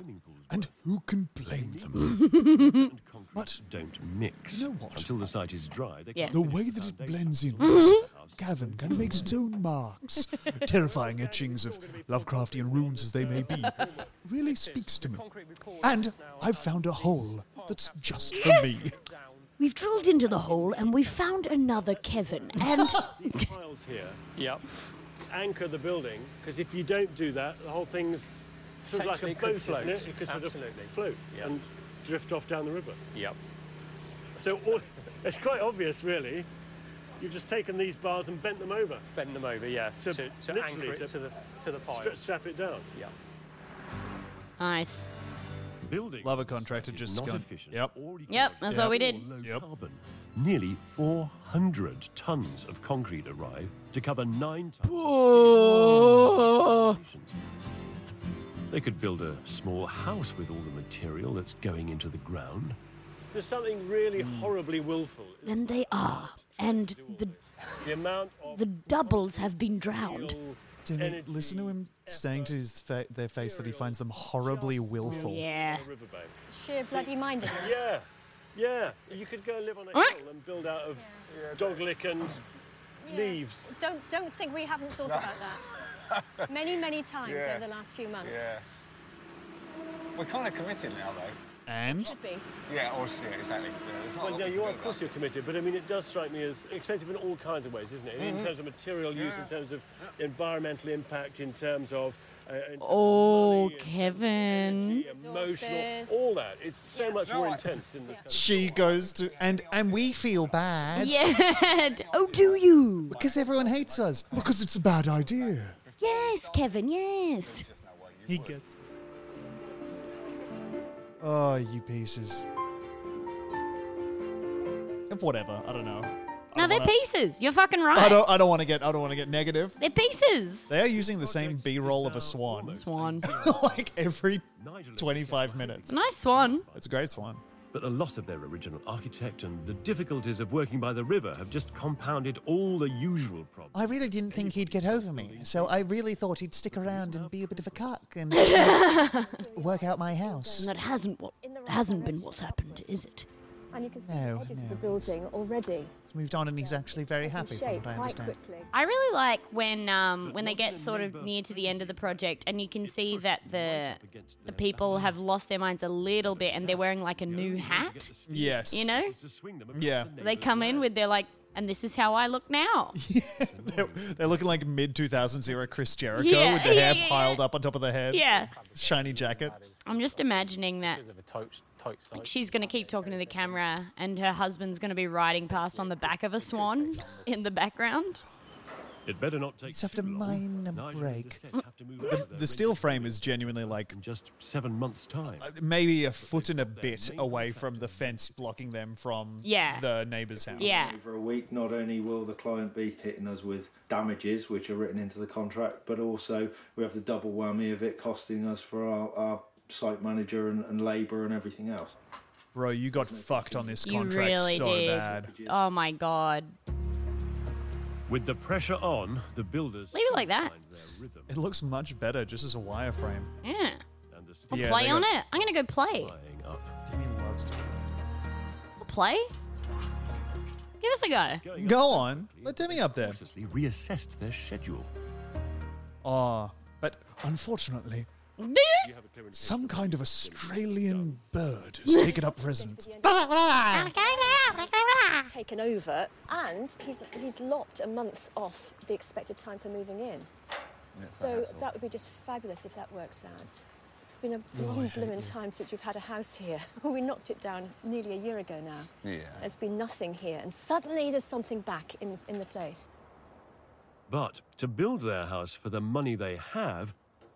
Speaker 13: And who
Speaker 14: (laughs)
Speaker 13: can blame
Speaker 4: (laughs) them?
Speaker 13: but
Speaker 4: don't mix.
Speaker 13: You know what?
Speaker 4: Until the site is dry, they
Speaker 13: The way that it blends
Speaker 14: (laughs)
Speaker 13: in with Gavin kind of makes its own
Speaker 4: (laughs)
Speaker 13: marks.
Speaker 3: Terrifying etchings of Lovecraftian runes as they may
Speaker 4: (laughs)
Speaker 3: be really speaks to me. And I've found a hole that's
Speaker 4: (laughs)
Speaker 3: just for me.
Speaker 14: We've drilled into the hole and we've found another Kevin. And
Speaker 4: (laughs)
Speaker 8: These piles here
Speaker 12: Yep.
Speaker 8: anchor the building because if you don't do that, the whole thing's sort of like a
Speaker 12: Potentially
Speaker 8: boat,
Speaker 12: could
Speaker 8: isn't it?
Speaker 12: float.
Speaker 8: It could sort
Speaker 12: Absolutely.
Speaker 8: of float
Speaker 12: Yeah.
Speaker 8: and drift off down the river.
Speaker 12: Yep.
Speaker 8: So all, it's quite obvious, really. You've just taken these bars and bent them over.
Speaker 12: Bend them over, yeah. To, to, anchor
Speaker 8: literally
Speaker 12: it to,
Speaker 8: to-
Speaker 12: the to the
Speaker 8: Stra-
Speaker 12: pile.
Speaker 8: strap it down.
Speaker 12: Yeah.
Speaker 2: Nice.
Speaker 4: building.
Speaker 3: Love a contractor just
Speaker 4: not
Speaker 3: gone.
Speaker 4: efficient.
Speaker 3: Yep.
Speaker 2: Yep, that's what we did.
Speaker 4: Carbon. Nearly 400 tons of concrete arrive to cover nine tons. They could build a small house with all the material that's going into the ground.
Speaker 8: There's something really
Speaker 3: Hmm.
Speaker 8: horribly willful.
Speaker 14: then they are. And the,
Speaker 8: The amount of
Speaker 14: the doubles have been drowned.
Speaker 3: Damn it, listen to him saying to his fa- their face that he finds them horribly willful.
Speaker 14: Yeah.
Speaker 8: riverbank.
Speaker 7: Sheer bloody mindedness. Mm.
Speaker 8: Yeah, yeah. You could go and live on a
Speaker 7: Alright.
Speaker 8: hill and build out of doglick and leaves.
Speaker 7: Don't don't think we haven't thought about that. Many many times over the last few months.
Speaker 5: Yes. We're kind of committed now, though.
Speaker 3: And?
Speaker 7: Should be.
Speaker 5: Yeah, or yeah, exactly. Yeah, there's not a
Speaker 8: Well,
Speaker 5: lot
Speaker 8: no,
Speaker 5: we
Speaker 8: you
Speaker 5: can
Speaker 8: are,
Speaker 5: do
Speaker 8: of course, you're committed, but I mean, it does strike me as expensive in all kinds of ways, isn't it? In
Speaker 5: Mhm.
Speaker 8: terms of material use, in
Speaker 5: Yeah.
Speaker 8: terms of environmental impact, in terms of uh, in terms
Speaker 2: Oh, Kevin.
Speaker 8: of emotional, all that. It's so much more intense in this. Country.
Speaker 3: She goes to and and we feel bad.
Speaker 14: Yeah. (laughs) Oh, do you?
Speaker 3: Because everyone hates us. Because it's a bad idea.
Speaker 14: Yes, Kevin, yes.
Speaker 3: He gets. Oh, you pieces. Eh, Whatever. I don't know.
Speaker 2: Now they're
Speaker 3: wanna-
Speaker 2: pieces. You're fucking right.
Speaker 3: I don't. I don't want to get. I don't want to get negative.
Speaker 2: They're pieces.
Speaker 3: They are using the same B-roll of a swan.
Speaker 2: Swan.
Speaker 3: (laughs) like every 25 minutes.
Speaker 2: It's a nice swan.
Speaker 3: It's a great swan.
Speaker 4: But the loss of their original architect and the difficulties of working by the river have just compounded all the usual problems.
Speaker 3: I really didn't think he'd get over me, so I really thought he'd stick around and be a bit of a cuck
Speaker 14: (laughs)
Speaker 3: and work out my house.
Speaker 14: And that hasn't what hasn't been what's happened, is it?
Speaker 6: And you can see
Speaker 3: No,
Speaker 6: the edges of the
Speaker 3: no.
Speaker 6: building already.
Speaker 3: He's moved on and he's actually very happy, from
Speaker 6: shape
Speaker 3: what I
Speaker 6: quite
Speaker 3: understand.
Speaker 6: quickly.
Speaker 2: I really like when um, when they get sort of near to the end of the project and you can see that the the people have lost their minds a little bit and they're wearing like a new hat.
Speaker 3: Yes.
Speaker 2: You know?
Speaker 3: Yeah.
Speaker 2: They come in with their like and this is how I look now.
Speaker 3: They're, they're looking like mid 2000s era Chris Jericho
Speaker 2: Yeah,
Speaker 3: with the
Speaker 2: yeah,
Speaker 3: hair
Speaker 2: yeah,
Speaker 3: piled up on top of the head.
Speaker 2: (laughs) Yeah.
Speaker 3: Shiny jacket.
Speaker 2: I'm just imagining that like, she's going to keep talking to the camera and her husband's going to be riding past on the back of a swan in the background.
Speaker 4: It better not take
Speaker 3: It's after
Speaker 4: too long.
Speaker 3: minor
Speaker 4: Nigel and
Speaker 3: break.
Speaker 4: Lisette have to move over
Speaker 3: The,
Speaker 4: there
Speaker 3: the steel frame is genuinely like uh,
Speaker 4: in just seven months' time.
Speaker 3: maybe a foot and a bit away from the fence blocking them from
Speaker 2: Yeah.
Speaker 3: the neighbor's house.
Speaker 15: Over a week, not only will the client be hitting us with damages, which are written into the contract, but also we have the double whammy of it costing us for our, our site manager and, and labour and everything else.
Speaker 3: bro, you got fucked on this
Speaker 2: You
Speaker 3: contract
Speaker 2: really
Speaker 3: so
Speaker 2: did.
Speaker 3: bad.
Speaker 2: Oh my god.
Speaker 4: With the pressure on, the builders
Speaker 2: Leave it like that.
Speaker 3: It looks much better just as a wireframe.
Speaker 2: Yeah. I'll
Speaker 3: Yeah,
Speaker 2: play
Speaker 3: they
Speaker 2: on
Speaker 3: got-
Speaker 2: it. I'm gonna go play.
Speaker 3: Timmy loves to
Speaker 2: I'll play. Give us a go.
Speaker 3: Go on. Let Demi up there.
Speaker 4: reassessed their schedule.
Speaker 3: Ah,
Speaker 13: But unfortunately, some kind of Australian bird
Speaker 14: (laughs)
Speaker 13: has taken up residence.
Speaker 7: Taken over, and he's, he's lopped a month off the expected time for moving in. So that would be just fabulous if that works out. It's been a
Speaker 6: Oh, I
Speaker 7: long
Speaker 6: hate
Speaker 7: blooming time since we've had a house here. (laughs) we knocked it down nearly a year ago now.
Speaker 4: Yeah.
Speaker 7: There's been nothing here, and suddenly there's something back in, in the place.
Speaker 4: But to build their house for the money they have,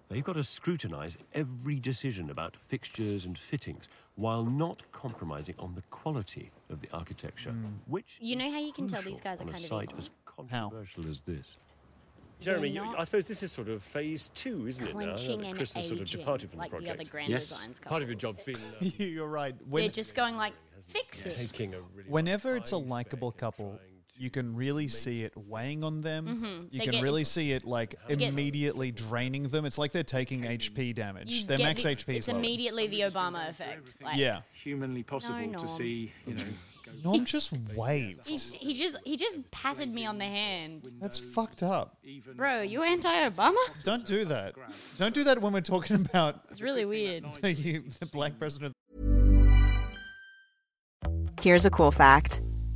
Speaker 4: they've got to scrutinize every decision about fixtures and fittings while not compromising on the quality of the architecture,
Speaker 3: Hmm.
Speaker 4: which
Speaker 2: You know how you can tell these guys are
Speaker 4: on a
Speaker 2: kind of
Speaker 4: site
Speaker 2: evil.
Speaker 4: as controversial as this.
Speaker 8: Jeremy,
Speaker 2: They're
Speaker 8: you-
Speaker 2: not
Speaker 8: I suppose this is sort of phase two, isn't it? Now, now
Speaker 2: clenching
Speaker 8: that
Speaker 2: and
Speaker 8: Chris has sort of
Speaker 2: aging,
Speaker 8: departed from
Speaker 2: like the
Speaker 8: the
Speaker 2: other
Speaker 8: project.
Speaker 2: Grand Yes. Designs
Speaker 8: Part of your job being um,
Speaker 4: (laughs)
Speaker 3: you're right.
Speaker 2: They're
Speaker 3: When,
Speaker 2: just going like, fix it.
Speaker 8: taking a really
Speaker 3: whenever it's a likable couple, you can really see it weighing on them.
Speaker 2: Mhm.
Speaker 3: You
Speaker 2: They
Speaker 3: can
Speaker 2: get-
Speaker 3: really see it like
Speaker 2: You get-
Speaker 3: immediately draining them. It's like they're taking HP damage.
Speaker 2: You
Speaker 3: Their
Speaker 2: get
Speaker 3: max
Speaker 2: the-
Speaker 3: HP
Speaker 2: It's
Speaker 3: is low.
Speaker 2: immediately the Obama effect. Like,
Speaker 3: yeah.
Speaker 16: Humanly possible
Speaker 2: Norm.
Speaker 16: to see, you know.
Speaker 3: (laughs) Norm just waved.
Speaker 2: He, he just he just patted me on the hand.
Speaker 16: (laughs)
Speaker 3: That's fucked up.
Speaker 2: Bro, you anti-Obama?
Speaker 3: Don't do that. Don't do that when we're talking about
Speaker 2: It's really weird.
Speaker 3: (laughs) the, you, the black president.
Speaker 17: Here's a cool fact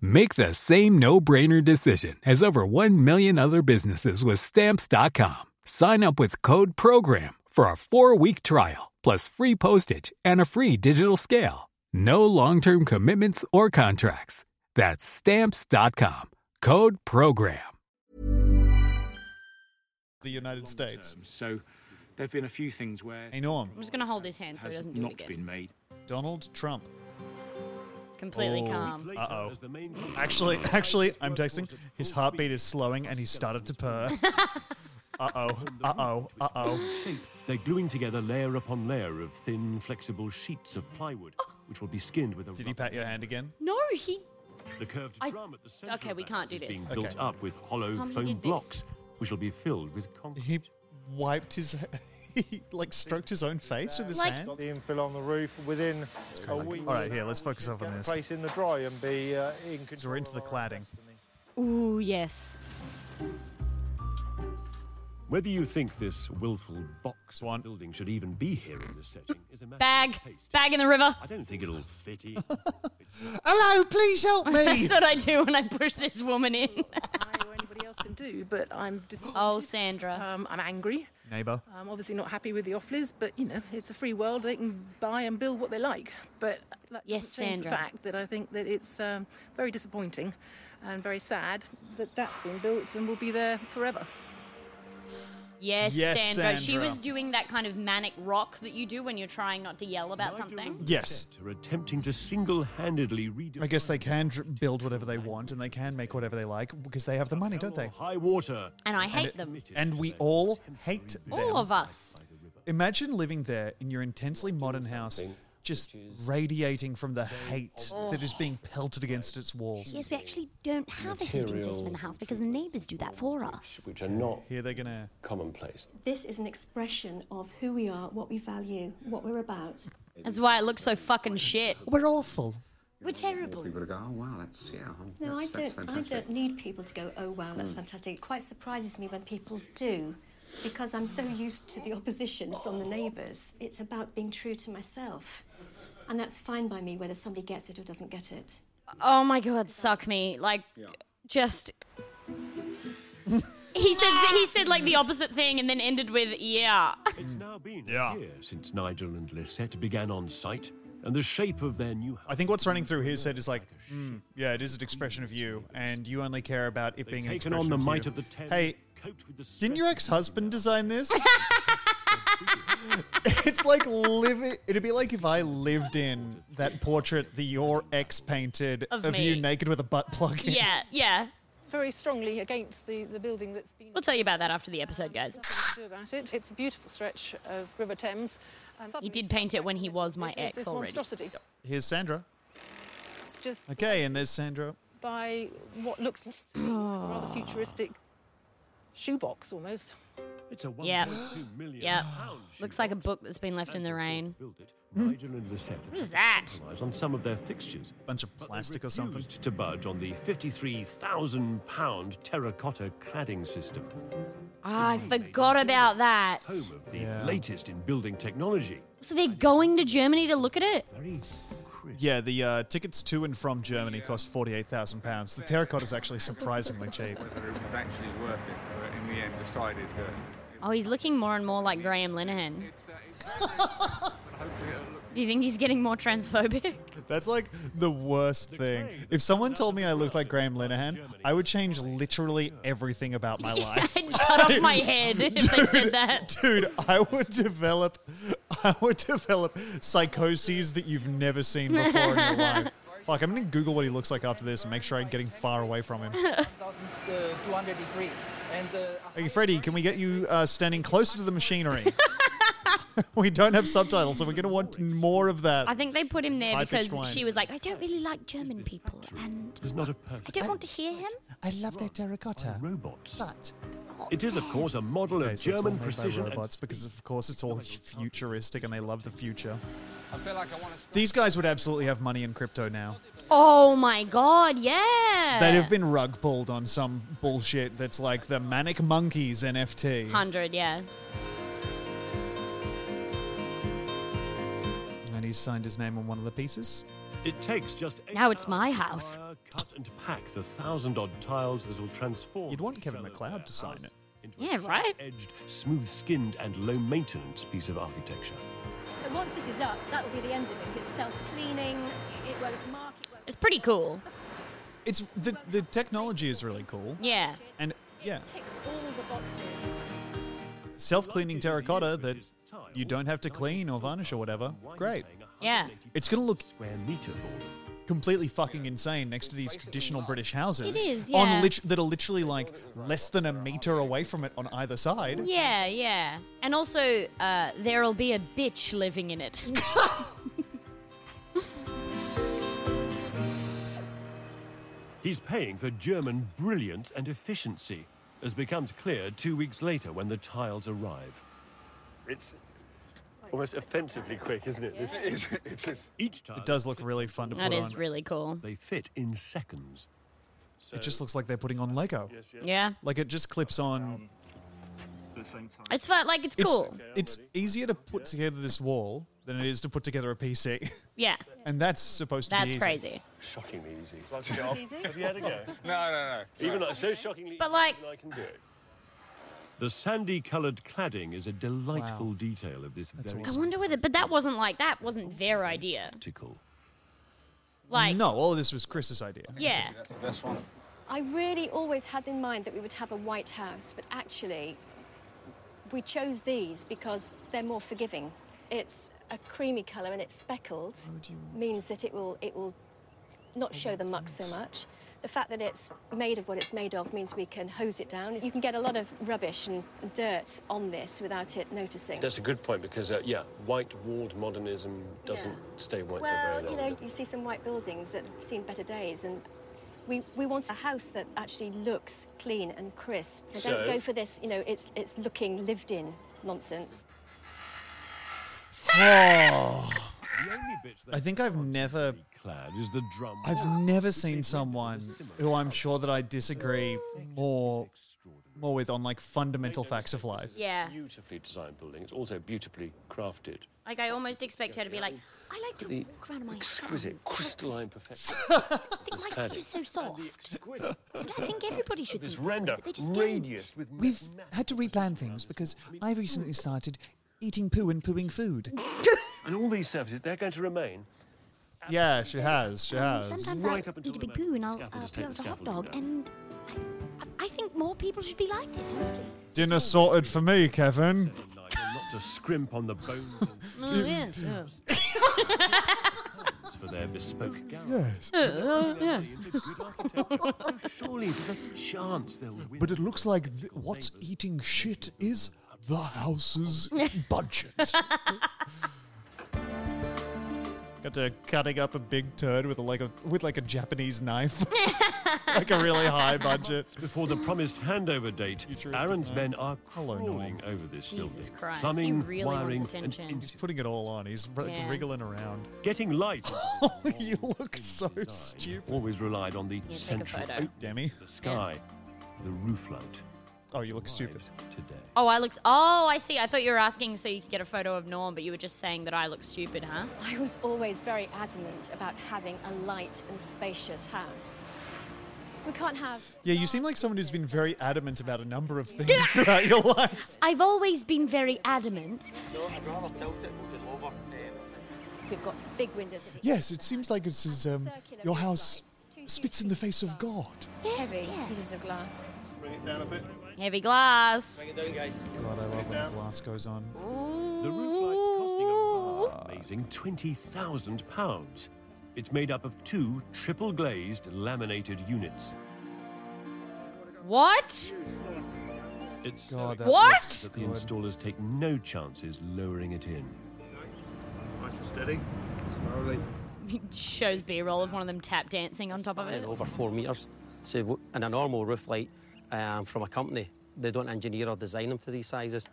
Speaker 18: Make the same no brainer decision as over 1 million other businesses with Stamps.com. Sign up with Code Program for a four week trial, plus free postage and a free digital scale. No long term commitments or contracts. That's stamps.com. Code program.
Speaker 3: the United States.
Speaker 16: So there have been a few things where.
Speaker 3: Hey, Norm.
Speaker 2: I'm just gonna hold his hand so he
Speaker 16: has
Speaker 2: doesn't do
Speaker 16: not
Speaker 2: Mm, it again.
Speaker 16: been made.
Speaker 3: Donald Trump.
Speaker 2: Completely calm.
Speaker 3: Uh oh. (laughs)
Speaker 4: (laughs)
Speaker 3: Actually, actually, I'm texting. His heartbeat is slowing and he started to purr.
Speaker 4: (laughs)
Speaker 3: (laughs)
Speaker 4: Uh oh, uh oh, uh oh. They're gluing together layer upon layer of thin, flexible sheets of plywood,
Speaker 2: Oh.
Speaker 4: which will be skinned with a. Did he pat
Speaker 3: your hand again?
Speaker 2: No, he.
Speaker 4: The curved
Speaker 2: I,
Speaker 4: drum at the centre.
Speaker 2: okay, we can't do
Speaker 4: being
Speaker 2: this.
Speaker 4: built up with hollow
Speaker 2: Tommy
Speaker 4: foam
Speaker 2: did this.
Speaker 4: blocks, which will be filled with concrete.
Speaker 3: He wiped his. (laughs) He like stroked his own face with his
Speaker 2: (laughs)
Speaker 19: Like-
Speaker 3: hand.
Speaker 19: Got the infill on the roof within a week.
Speaker 3: All right, here, let's focus up on this.
Speaker 19: Place in the dry and be uh, in control.
Speaker 3: We're into the cladding.
Speaker 2: Ooh, yes.
Speaker 4: Whether you think this willful box building should even be here in this setting is a matter
Speaker 2: Bag.
Speaker 4: of taste.
Speaker 2: Bag in the river.
Speaker 4: I don't think it'll fit in.
Speaker 2: Hello, please help
Speaker 4: me.
Speaker 2: (laughs) That's what I do when I push this woman in.
Speaker 20: anybody else can do, but I'm disappointed.
Speaker 2: Oh, Sandra.
Speaker 20: Um, I'm angry.
Speaker 3: Neighbor.
Speaker 20: I'm obviously not happy with the offers, but you know, it's a free world. They can buy and build what they like. But that
Speaker 2: Yes,
Speaker 20: doesn't change the
Speaker 2: Sandra.
Speaker 20: fact that I think that it's um, very disappointing and very sad that that's been built and will be there forever.
Speaker 2: Yes,
Speaker 3: Yes,
Speaker 2: Sandra. She
Speaker 3: Sandra.
Speaker 2: was doing that kind of manic rock that you do when you're trying not to yell about something.
Speaker 3: Yes.
Speaker 4: Are attempting to single-handedly redo
Speaker 3: I guess they can dr- build whatever they want and they can make whatever they like because they have the money, don't they?
Speaker 4: high water.
Speaker 2: And I hate
Speaker 3: it-
Speaker 2: them.
Speaker 3: And we all hate
Speaker 2: All
Speaker 3: them.
Speaker 2: of us.
Speaker 3: Imagine living there in your intensely modern house, just radiating from the hate that is being pelted against its walls.
Speaker 14: Yes, we actually don't have a heating system in the house because the neighbours do that for us.
Speaker 4: (laughs) which are not
Speaker 3: here. They're gonna
Speaker 4: commonplace.
Speaker 10: This is an expression of who we are, what we value, what we're about.
Speaker 2: That's why it looks so fucking shit.
Speaker 3: We're awful.
Speaker 10: We're terrible.
Speaker 5: People go, oh wow, that's yeah. oh,
Speaker 10: No, I
Speaker 5: that's, that's
Speaker 10: don't. I
Speaker 5: fantastic."
Speaker 10: don't need people to go. Oh wow, that's
Speaker 5: Mm.
Speaker 10: fantastic. It quite surprises me when people do, because I'm so used to the opposition from the neighbours. It's about being true to myself, and that's fine by me whether somebody gets it or doesn't get it.
Speaker 2: Oh my god, suck me. Like, just. he said he said like the opposite thing and then ended with yeah.
Speaker 4: It's now been a year since Nigel and Lisette began on site, and the shape of their new house.
Speaker 3: I think what's running through his head is like, "Hmm, yeah, it is an expression of you, and you only care about it being an
Speaker 4: taken
Speaker 3: expression
Speaker 4: on the
Speaker 3: of
Speaker 4: might
Speaker 3: you.
Speaker 4: of the Thames,
Speaker 3: Hey, didn't your ex-husband design
Speaker 4: (laughs)
Speaker 3: this? (laughs) it's like living. It'd be like if I lived in that portrait that your ex painted
Speaker 20: Of
Speaker 3: of, you
Speaker 20: me.
Speaker 3: naked with a butt plug. in.
Speaker 2: yeah.
Speaker 20: Very strongly against the, the building that's been
Speaker 2: We'll tell you about that after the episode, guys.
Speaker 20: to do about it. It's a beautiful stretch of River Thames. And
Speaker 2: He
Speaker 20: suddenly
Speaker 2: did paint it when he was my
Speaker 20: it is
Speaker 2: ex
Speaker 20: this
Speaker 2: already.
Speaker 20: monstrosity.
Speaker 3: Here's Sandra.
Speaker 20: It's just
Speaker 3: Okay, and there's Sandra.
Speaker 20: by what looks to be a rather futuristic shoebox almost.
Speaker 4: It's a
Speaker 2: Yeah.
Speaker 4: 1.2 million
Speaker 2: Yeah.
Speaker 4: pound
Speaker 2: Looks like a book that's been left in the rain.
Speaker 3: Hmm.
Speaker 4: Nigel and Lisette
Speaker 2: What is that?
Speaker 4: compromise on some of their fixtures.
Speaker 3: Bunch of plastic or
Speaker 4: something. To budge on the fifty-three thousand pound terracotta cladding system,
Speaker 2: Ah, I forgot about that.
Speaker 4: home of the latest in building technology.
Speaker 2: So they're going to Germany to look at it?
Speaker 3: Yeah, the uh, tickets to and from Germany cost forty-eight thousand pounds. The terracotta is actually surprisingly cheap.
Speaker 21: Whether it was actually worth it, but in the end decided
Speaker 5: (laughs)
Speaker 21: that
Speaker 2: Oh, he's looking more and more like Graham Linehan.
Speaker 21: hopefully it'll look
Speaker 2: Do you think he's getting more transphobic?
Speaker 3: That's like the worst thing. If someone told me I looked like Graham Linehan, I would change literally everything about my life.
Speaker 2: I'd (laughs) cut off my head if they said that.
Speaker 3: Dude, I would develop I would develop psychoses that you've never seen before in your life. Fuck, I'm gonna Google what he looks like after this and make sure I'm getting far away from him.
Speaker 1: 1,200 uh, degrees. And uh,
Speaker 3: Hey, Freddie, can we get you uh, standing closer to the machinery? (laughs) we don't have subtitles, so we're gonna want more of that.
Speaker 14: I think they put him there
Speaker 3: High-pitched
Speaker 14: because
Speaker 3: whine.
Speaker 14: she was like, I don't really like German people, and
Speaker 4: There's not a
Speaker 14: I
Speaker 4: perfect
Speaker 14: don't want to hear him.
Speaker 3: I love their terracotta.
Speaker 4: Robots.
Speaker 3: But
Speaker 4: It is, of course, a model of
Speaker 3: So it's all
Speaker 4: German
Speaker 3: made by
Speaker 4: precision. and
Speaker 3: robots because of course it's all futuristic and they love the future.
Speaker 21: I feel like I want to
Speaker 3: These guys would absolutely have money in crypto now.
Speaker 2: Oh my god, yeah.
Speaker 3: They'd have been rug pulled on some bullshit that's like the Manic Monkeys NFT.
Speaker 2: 100, yeah.
Speaker 3: And he's signed his name on one of the pieces.
Speaker 4: It takes just eight
Speaker 2: Now it's my
Speaker 4: hours to
Speaker 2: house.
Speaker 4: wire, cut and pack the thousand odd tiles that will transform.
Speaker 3: You'd want Kevin McLeod to sign it.
Speaker 2: Yeah, right?
Speaker 4: Edged, smooth skinned, and low maintenance piece of architecture.
Speaker 9: And once this is up, that will be the end of it. It's self-cleaning. It won't mark. It won't
Speaker 2: It's pretty cool.
Speaker 3: It's the the technology is really cool.
Speaker 2: Yeah.
Speaker 3: And yeah,
Speaker 9: ticks all the boxes.
Speaker 3: self-cleaning terracotta that you don't have to clean or varnish or whatever. Great.
Speaker 2: Yeah.
Speaker 3: It's gonna look
Speaker 4: square meter
Speaker 3: completely fucking insane next to these traditional British houses.
Speaker 2: It is, yeah.
Speaker 3: On lit- that are literally like less than a meter away from it on either side.
Speaker 2: Yeah, yeah. And also, uh, there'll be a bitch living in it.
Speaker 4: He's paying for German brilliance and efficiency, as becomes clear two weeks later when the tiles arrive.
Speaker 8: It's almost offensively quick, isn't it? This
Speaker 21: it is.
Speaker 4: Each time
Speaker 3: It does look really fun to
Speaker 2: that
Speaker 3: put
Speaker 2: is
Speaker 3: on.
Speaker 2: really cool.
Speaker 4: They fit in seconds.
Speaker 3: it just looks like they're putting on Lego.
Speaker 2: Yeah.
Speaker 3: Like it just clips on.
Speaker 16: At the same time.
Speaker 2: It's fun, like, it's cool.
Speaker 3: It's easier to put together this wall than it is to put together a PC.
Speaker 2: Yeah.
Speaker 3: and that's supposed to
Speaker 2: That's
Speaker 3: be easy.
Speaker 2: crazy.
Speaker 8: Shockingly easy.
Speaker 21: easy?
Speaker 8: Have you had a go?
Speaker 5: (laughs)
Speaker 21: No, no, no.
Speaker 8: Even like, so shockingly
Speaker 2: But,
Speaker 8: easy,
Speaker 2: like-
Speaker 8: I can do it.
Speaker 4: The sandy coloured cladding is a delightful detail of this very
Speaker 2: I wonder whether, but that wasn't like, that wasn't their idea.
Speaker 4: practical.
Speaker 2: Like,
Speaker 3: no, all of this was Chris's idea.
Speaker 2: yeah.
Speaker 21: That's the best one.
Speaker 10: I really always had in mind that we would have a white house, but actually, we chose these because they're more forgiving. It's a creamy colour and it's speckled, means that it will it will not show the muck so much. The fact that it's made of what it's made of means we can hose it down. You can get a lot of rubbish and dirt on this without it noticing.
Speaker 22: That's a good point because, uh, yeah, white walled modernism doesn't stay white for
Speaker 10: Well,
Speaker 22: very
Speaker 10: you
Speaker 22: long.
Speaker 10: know, you see some white buildings that have seen better days, and we, we want a house that actually looks clean and crisp. Now,
Speaker 22: So-
Speaker 10: Don't go for this, you know, it's, it's looking lived in nonsense. (laughs)
Speaker 3: Oh. I think I've never
Speaker 4: clad is the drum.
Speaker 3: I've never seen someone who I'm sure that I disagree more more with on like fundamental facts of life.
Speaker 2: Yeah.
Speaker 22: Beautifully designed building. It's also beautifully crafted.
Speaker 2: Like I almost expect her to be like, I like to
Speaker 22: The
Speaker 2: walk around on my
Speaker 22: exquisite
Speaker 2: hands.
Speaker 22: crystalline
Speaker 2: (laughs)
Speaker 22: perfection.
Speaker 2: My
Speaker 22: It's
Speaker 2: feet
Speaker 22: cladding.
Speaker 2: are so soft. I think everybody should
Speaker 22: This
Speaker 2: think this way,
Speaker 22: render
Speaker 2: but they just don't.
Speaker 22: radius with
Speaker 13: We've had to replan things because I recently started eating poo and pooing food.
Speaker 22: and all these surfaces they're going to
Speaker 4: (laughs)
Speaker 22: remain.
Speaker 3: Yeah, she has. She
Speaker 22: Um,
Speaker 3: has.
Speaker 2: Sometimes
Speaker 22: Right up
Speaker 2: I
Speaker 22: until
Speaker 2: eat
Speaker 22: the
Speaker 2: a big
Speaker 22: moment
Speaker 2: poo and
Speaker 22: the
Speaker 2: I'll
Speaker 22: scaffold
Speaker 2: uh,
Speaker 22: has
Speaker 2: pee
Speaker 22: taken
Speaker 2: out
Speaker 22: the
Speaker 2: a hot
Speaker 22: scaffolding
Speaker 2: dog, and I, I think more people should be like this, honestly.
Speaker 3: Dinner sorted for me, Kevin.
Speaker 4: not to scrimp on the bones
Speaker 2: (laughs) Mm, yes,
Speaker 4: Oh.
Speaker 2: yes.
Speaker 4: for their bespoke gallery. (laughs)
Speaker 13: Yes.
Speaker 4: Oh,
Speaker 2: Uh, (laughs) yeah.
Speaker 4: Surely there's a chance they'll win.
Speaker 13: But it looks like th- what's eating shit is the house's budget.
Speaker 3: Got to cutting up a big turd with a, like a with like a Japanese knife, (laughs) like a really high budget.
Speaker 4: Before the promised handover date, Aaron's
Speaker 3: man.
Speaker 4: men are crawling over this
Speaker 2: Jesus
Speaker 4: building.
Speaker 2: Christ, he
Speaker 4: Plumbing,
Speaker 2: really wants
Speaker 4: wiring,
Speaker 2: attention.
Speaker 4: And
Speaker 3: He's putting it all on. He's r-
Speaker 2: Yeah.
Speaker 3: wriggling around. Oh,
Speaker 4: Getting
Speaker 3: (laughs)
Speaker 4: light.
Speaker 3: you look so stupid.
Speaker 4: Always relied on the
Speaker 3: a
Speaker 4: central
Speaker 3: photo.
Speaker 4: opening,
Speaker 3: Demi.
Speaker 4: the sky, the roof light.
Speaker 3: Oh, you look stupid.
Speaker 4: Today.
Speaker 2: Oh, I look. Oh, I see. I thought you were asking so you could get a photo of Norm, but you were just saying that I look stupid, huh?
Speaker 10: I was always very adamant about having a light and spacious house. We can't have
Speaker 3: Yeah, you seem like someone who's been very adamant about a number of
Speaker 2: (laughs)
Speaker 3: things throughout your life.
Speaker 23: I've always been very adamant.
Speaker 10: We've got big windows at the
Speaker 13: Yes, it seems like this is um,
Speaker 10: Circular
Speaker 13: your
Speaker 10: roof
Speaker 13: house spits in the face of God.
Speaker 10: yes, heavy pieces of glass.
Speaker 24: Bring it down a bit.
Speaker 2: Heavy glass.
Speaker 3: God, I love when the glass goes on.
Speaker 4: The roof light's costing a amazing £20,000. It's made up of two triple glazed laminated units.
Speaker 2: What? (laughs)
Speaker 4: It's so
Speaker 2: God, that
Speaker 4: expensive
Speaker 2: What? looks
Speaker 4: That the installers take no chances lowering it in.
Speaker 24: Nice and steady. Slowly.
Speaker 2: Shows B-roll of one of them tap dancing on top of it.
Speaker 11: and er over four metres. So w- in a normal roof light um, from a company, they don't engineer or design them to these sizes.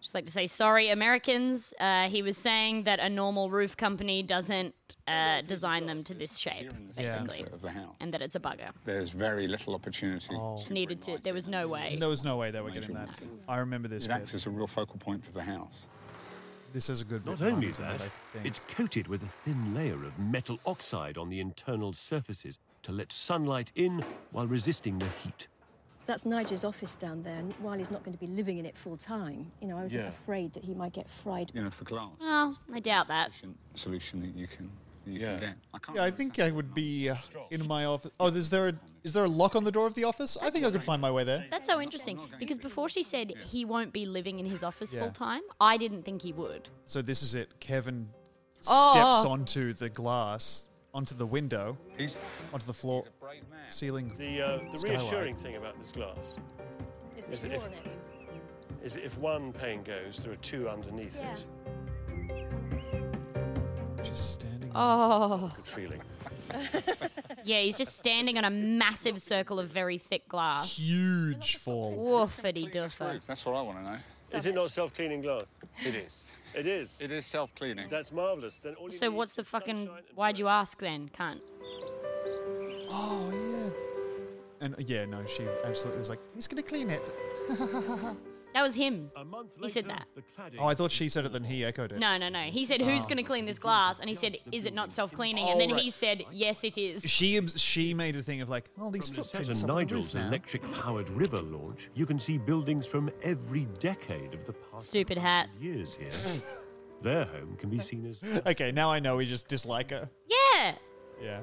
Speaker 2: Just like to say sorry, Americans. Uh, he was saying that a normal roof company doesn't uh, design them to this shape, basically,
Speaker 5: Of the house.
Speaker 2: and that it's a bugger.
Speaker 5: There's very little opportunity.
Speaker 2: Just needed to. There was Oh. no way.
Speaker 3: There was no way they were getting that. I remember this
Speaker 5: It
Speaker 3: bit.
Speaker 5: acts as a real focal point for the house.
Speaker 3: This is a good
Speaker 4: Not
Speaker 3: bit,
Speaker 4: only
Speaker 3: Martin,
Speaker 4: that,
Speaker 3: I think.
Speaker 4: it's coated with a thin layer of metal oxide on the internal surfaces to let sunlight in while resisting the heat.
Speaker 10: That's Nigel's office down there, and while he's not going to be living in it full time, you know, I was
Speaker 5: Yeah.
Speaker 10: afraid that he might get fried.
Speaker 5: You know, for glass
Speaker 2: Well, I doubt that.
Speaker 5: solution that you can you can get. I can't
Speaker 3: Yeah, I think I would be uh, in my office. Oh, is there a is there a lock on the door of the office? I think I could find my way there.
Speaker 2: That's so interesting because before she said he won't be living in his office
Speaker 3: Yeah.
Speaker 2: full time, I didn't think he would.
Speaker 3: So this is it. Kevin
Speaker 2: Oh.
Speaker 3: steps onto the glass, onto the window, onto the floor, ceiling.
Speaker 22: The, uh, the
Speaker 3: skylight.
Speaker 22: reassuring thing about this glass
Speaker 10: Is
Speaker 22: that if, is that if one pane goes, there are two underneath it.
Speaker 13: Just standing.
Speaker 2: Oh.
Speaker 22: Good feeling.
Speaker 2: Yeah, he's just standing on a massive circle of very thick glass.
Speaker 3: Huge fall.
Speaker 2: Woofity doofer.
Speaker 5: That's what I want to know.
Speaker 22: Is it not self-cleaning glass?
Speaker 5: It is.
Speaker 22: It is.
Speaker 5: It is self-cleaning.
Speaker 22: That's marvellous. Then all you
Speaker 2: So
Speaker 22: need
Speaker 2: what's the
Speaker 22: is sun-
Speaker 2: fucking? Why'd you ask then, cunt?
Speaker 3: Oh yeah. And uh, yeah, no, she absolutely was like, he's gonna clean it.
Speaker 2: (laughs) That was him. he said
Speaker 4: later,
Speaker 2: that.
Speaker 3: Oh, I thought she said it, then he echoed it.
Speaker 2: No, no, no. He said, "Who's
Speaker 3: Oh.
Speaker 2: going to clean this glass?" And he said, "Is it not self-cleaning?" And then
Speaker 3: All
Speaker 2: he
Speaker 3: right.
Speaker 2: said, "Yes, it is."
Speaker 3: She obs- she made a thing of like, well, these
Speaker 4: Set
Speaker 3: footprints
Speaker 4: of
Speaker 3: are on the
Speaker 4: Nigel's
Speaker 3: roof now.
Speaker 4: electric-powered river launch, you can see buildings from every decade of the past
Speaker 2: Stupid hat.
Speaker 4: years here. Their home can be
Speaker 3: (laughs)
Speaker 4: seen as
Speaker 3: okay, now I know we just dislike her.
Speaker 2: Yeah.
Speaker 3: Yeah.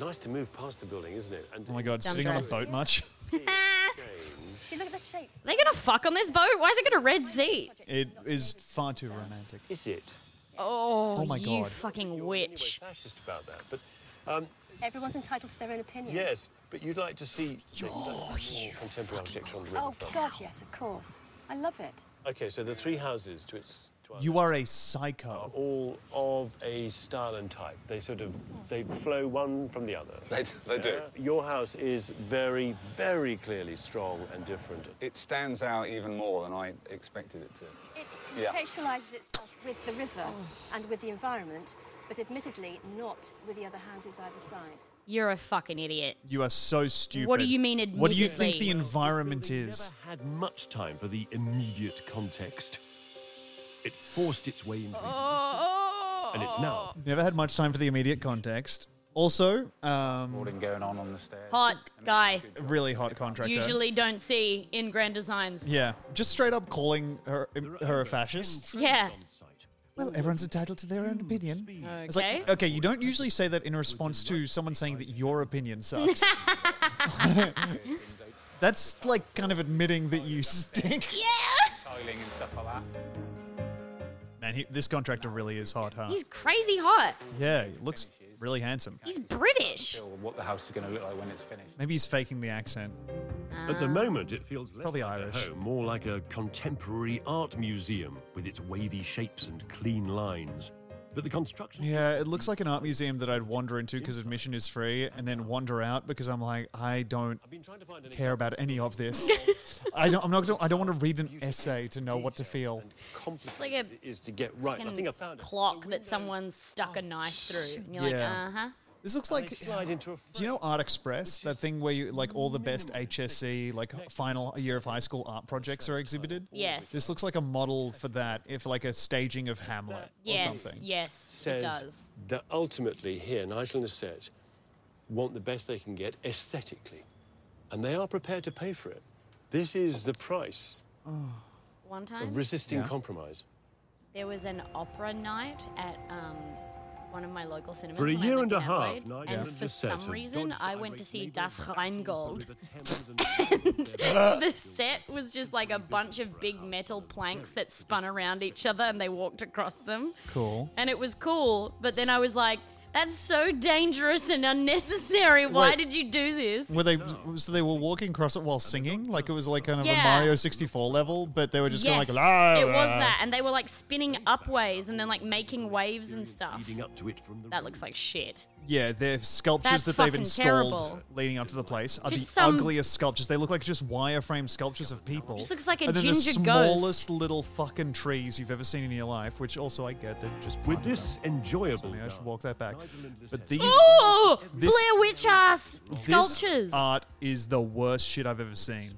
Speaker 8: Nice to move past the building, isn't it? And
Speaker 3: Oh my god, sitting on a boat much?
Speaker 9: See, look at the shapes.
Speaker 2: They're gonna fuck on this boat. Why is it got a red sea?
Speaker 3: It is far too romantic.
Speaker 8: Is it?
Speaker 2: Oh,
Speaker 3: Oh my
Speaker 2: you
Speaker 3: God.
Speaker 2: fucking witch.
Speaker 8: Fascist about that, but um,
Speaker 10: Everyone's entitled to their own opinion.
Speaker 8: yes, but you'd like to see you'd like to see more contemporary architecture on the
Speaker 10: Oh,
Speaker 8: riverfront.
Speaker 10: God, yes, of course. I love it.
Speaker 8: Okay, so the three houses to its to our
Speaker 3: You are a psycho.
Speaker 8: all of a style and type. They sort of they flow one from the other.
Speaker 5: They, they do.
Speaker 8: Your house is very, very clearly
Speaker 5: Oh,
Speaker 8: strong and different.
Speaker 5: It stands out even more than I expected it to.
Speaker 10: It
Speaker 5: Yeah.
Speaker 10: contextualises itself with the river and with the environment, but admittedly not with the other houses either (laughs) side.
Speaker 2: You're a fucking idiot.
Speaker 3: You are so stupid.
Speaker 2: you mean
Speaker 3: What do you think
Speaker 2: admittedly?
Speaker 3: the environment is?
Speaker 4: Had much time for the immediate context. It forced its way into existence, and it's now
Speaker 3: Never had much time for the immediate context. Also, um,
Speaker 5: going on on the stairs.
Speaker 2: Hot guy.
Speaker 3: Really hot contractor.
Speaker 2: Usually don't see in grand designs.
Speaker 3: Yeah, just straight up calling her her a fascist.
Speaker 2: Yeah.
Speaker 3: Well, everyone's entitled to their own
Speaker 10: Hmm.
Speaker 3: opinion. It's
Speaker 2: Okay.
Speaker 3: like, okay, you don't usually say that in response to someone saying that your opinion
Speaker 2: (laughs)
Speaker 3: sucks. (laughs) That's like kind of admitting that you stink.
Speaker 5: Tiling and stuff like that.
Speaker 3: Man, he, this contractor really is hot, huh?
Speaker 2: He's crazy hot.
Speaker 3: Yeah, he looks really handsome.
Speaker 2: He's British.
Speaker 5: What the house is going to look like when it's finished.
Speaker 3: Maybe he's faking the accent.
Speaker 4: At the moment, it feels less
Speaker 3: Probably
Speaker 4: like a
Speaker 3: Irish.
Speaker 4: home, more like a contemporary art museum with its wavy shapes and clean lines. But the construction
Speaker 3: Yeah, it looks like an art museum that I'd wander into because admission is free, and then wander out because I'm like, I don't care about any of
Speaker 2: (laughs)
Speaker 3: this. I don't. I'm not. Gonna, I don't want to read an essay to know what to feel.
Speaker 2: It's like a
Speaker 8: is to get right. I
Speaker 2: fucking
Speaker 8: think I found it.
Speaker 2: clock that someone's
Speaker 9: Oh,
Speaker 2: stuck a knife through. And you're
Speaker 3: Yeah.
Speaker 2: like, uh huh.
Speaker 3: This looks like.
Speaker 8: Slide into a
Speaker 3: Do you know Art Express? That thing where you like all the best HSC, like final year of high school art projects are exhibited.
Speaker 2: Yes.
Speaker 3: This looks like a model for that, if like a staging of Hamlet or
Speaker 2: Yes,
Speaker 3: something.
Speaker 2: yes, it
Speaker 8: says
Speaker 2: does.
Speaker 8: that ultimately here Nigel and Aset want the best they can get aesthetically, and they are prepared to pay for it. This is the price
Speaker 2: One time
Speaker 8: of resisting
Speaker 2: Yeah.
Speaker 8: compromise.
Speaker 2: there was an opera night at um, one of my local cinemas.
Speaker 4: For a
Speaker 2: when I
Speaker 4: year
Speaker 2: lived
Speaker 4: and a
Speaker 2: in
Speaker 4: half,
Speaker 2: Adelaide,
Speaker 4: Nigel had
Speaker 2: and for
Speaker 4: just said
Speaker 2: some
Speaker 4: to
Speaker 2: reason,
Speaker 4: dodge
Speaker 2: I went to see Das Rheingold. (laughs)
Speaker 4: and
Speaker 2: the set was just like a bunch of big metal planks that spun around each other and they walked across them.
Speaker 3: Cool.
Speaker 2: And it was cool, but then I was like, that's so dangerous and unnecessary. Why
Speaker 3: Wait.
Speaker 2: did you do this?
Speaker 3: Were they so they were walking across it while singing? Like it was like kind of
Speaker 2: Yeah.
Speaker 3: a Mario 64 level, but they were just going like
Speaker 2: Yes,
Speaker 3: la.
Speaker 2: it was
Speaker 3: la."
Speaker 2: that, and they were like spinning up ways and then like making waves and stuff.
Speaker 4: leading up to it from the
Speaker 2: That looks like shit.
Speaker 3: Yeah, the sculptures
Speaker 2: That's
Speaker 3: that they've
Speaker 2: fucking
Speaker 3: installed
Speaker 2: terrible.
Speaker 3: leading up to the place are
Speaker 2: Just
Speaker 3: the
Speaker 2: some-
Speaker 3: ugliest sculptures. They look like just wireframe sculptures of people.
Speaker 2: Just looks like a
Speaker 3: and then
Speaker 2: ginger
Speaker 3: the
Speaker 2: ghost.
Speaker 3: smallest little fucking trees you've ever seen in your life. Which also I get that just with
Speaker 4: this enjoyable.
Speaker 3: I should walk that back. But these
Speaker 2: Oh,
Speaker 3: this-
Speaker 2: Blair Witch ass
Speaker 3: this
Speaker 2: sculptures.
Speaker 3: art is the worst shit I've ever seen.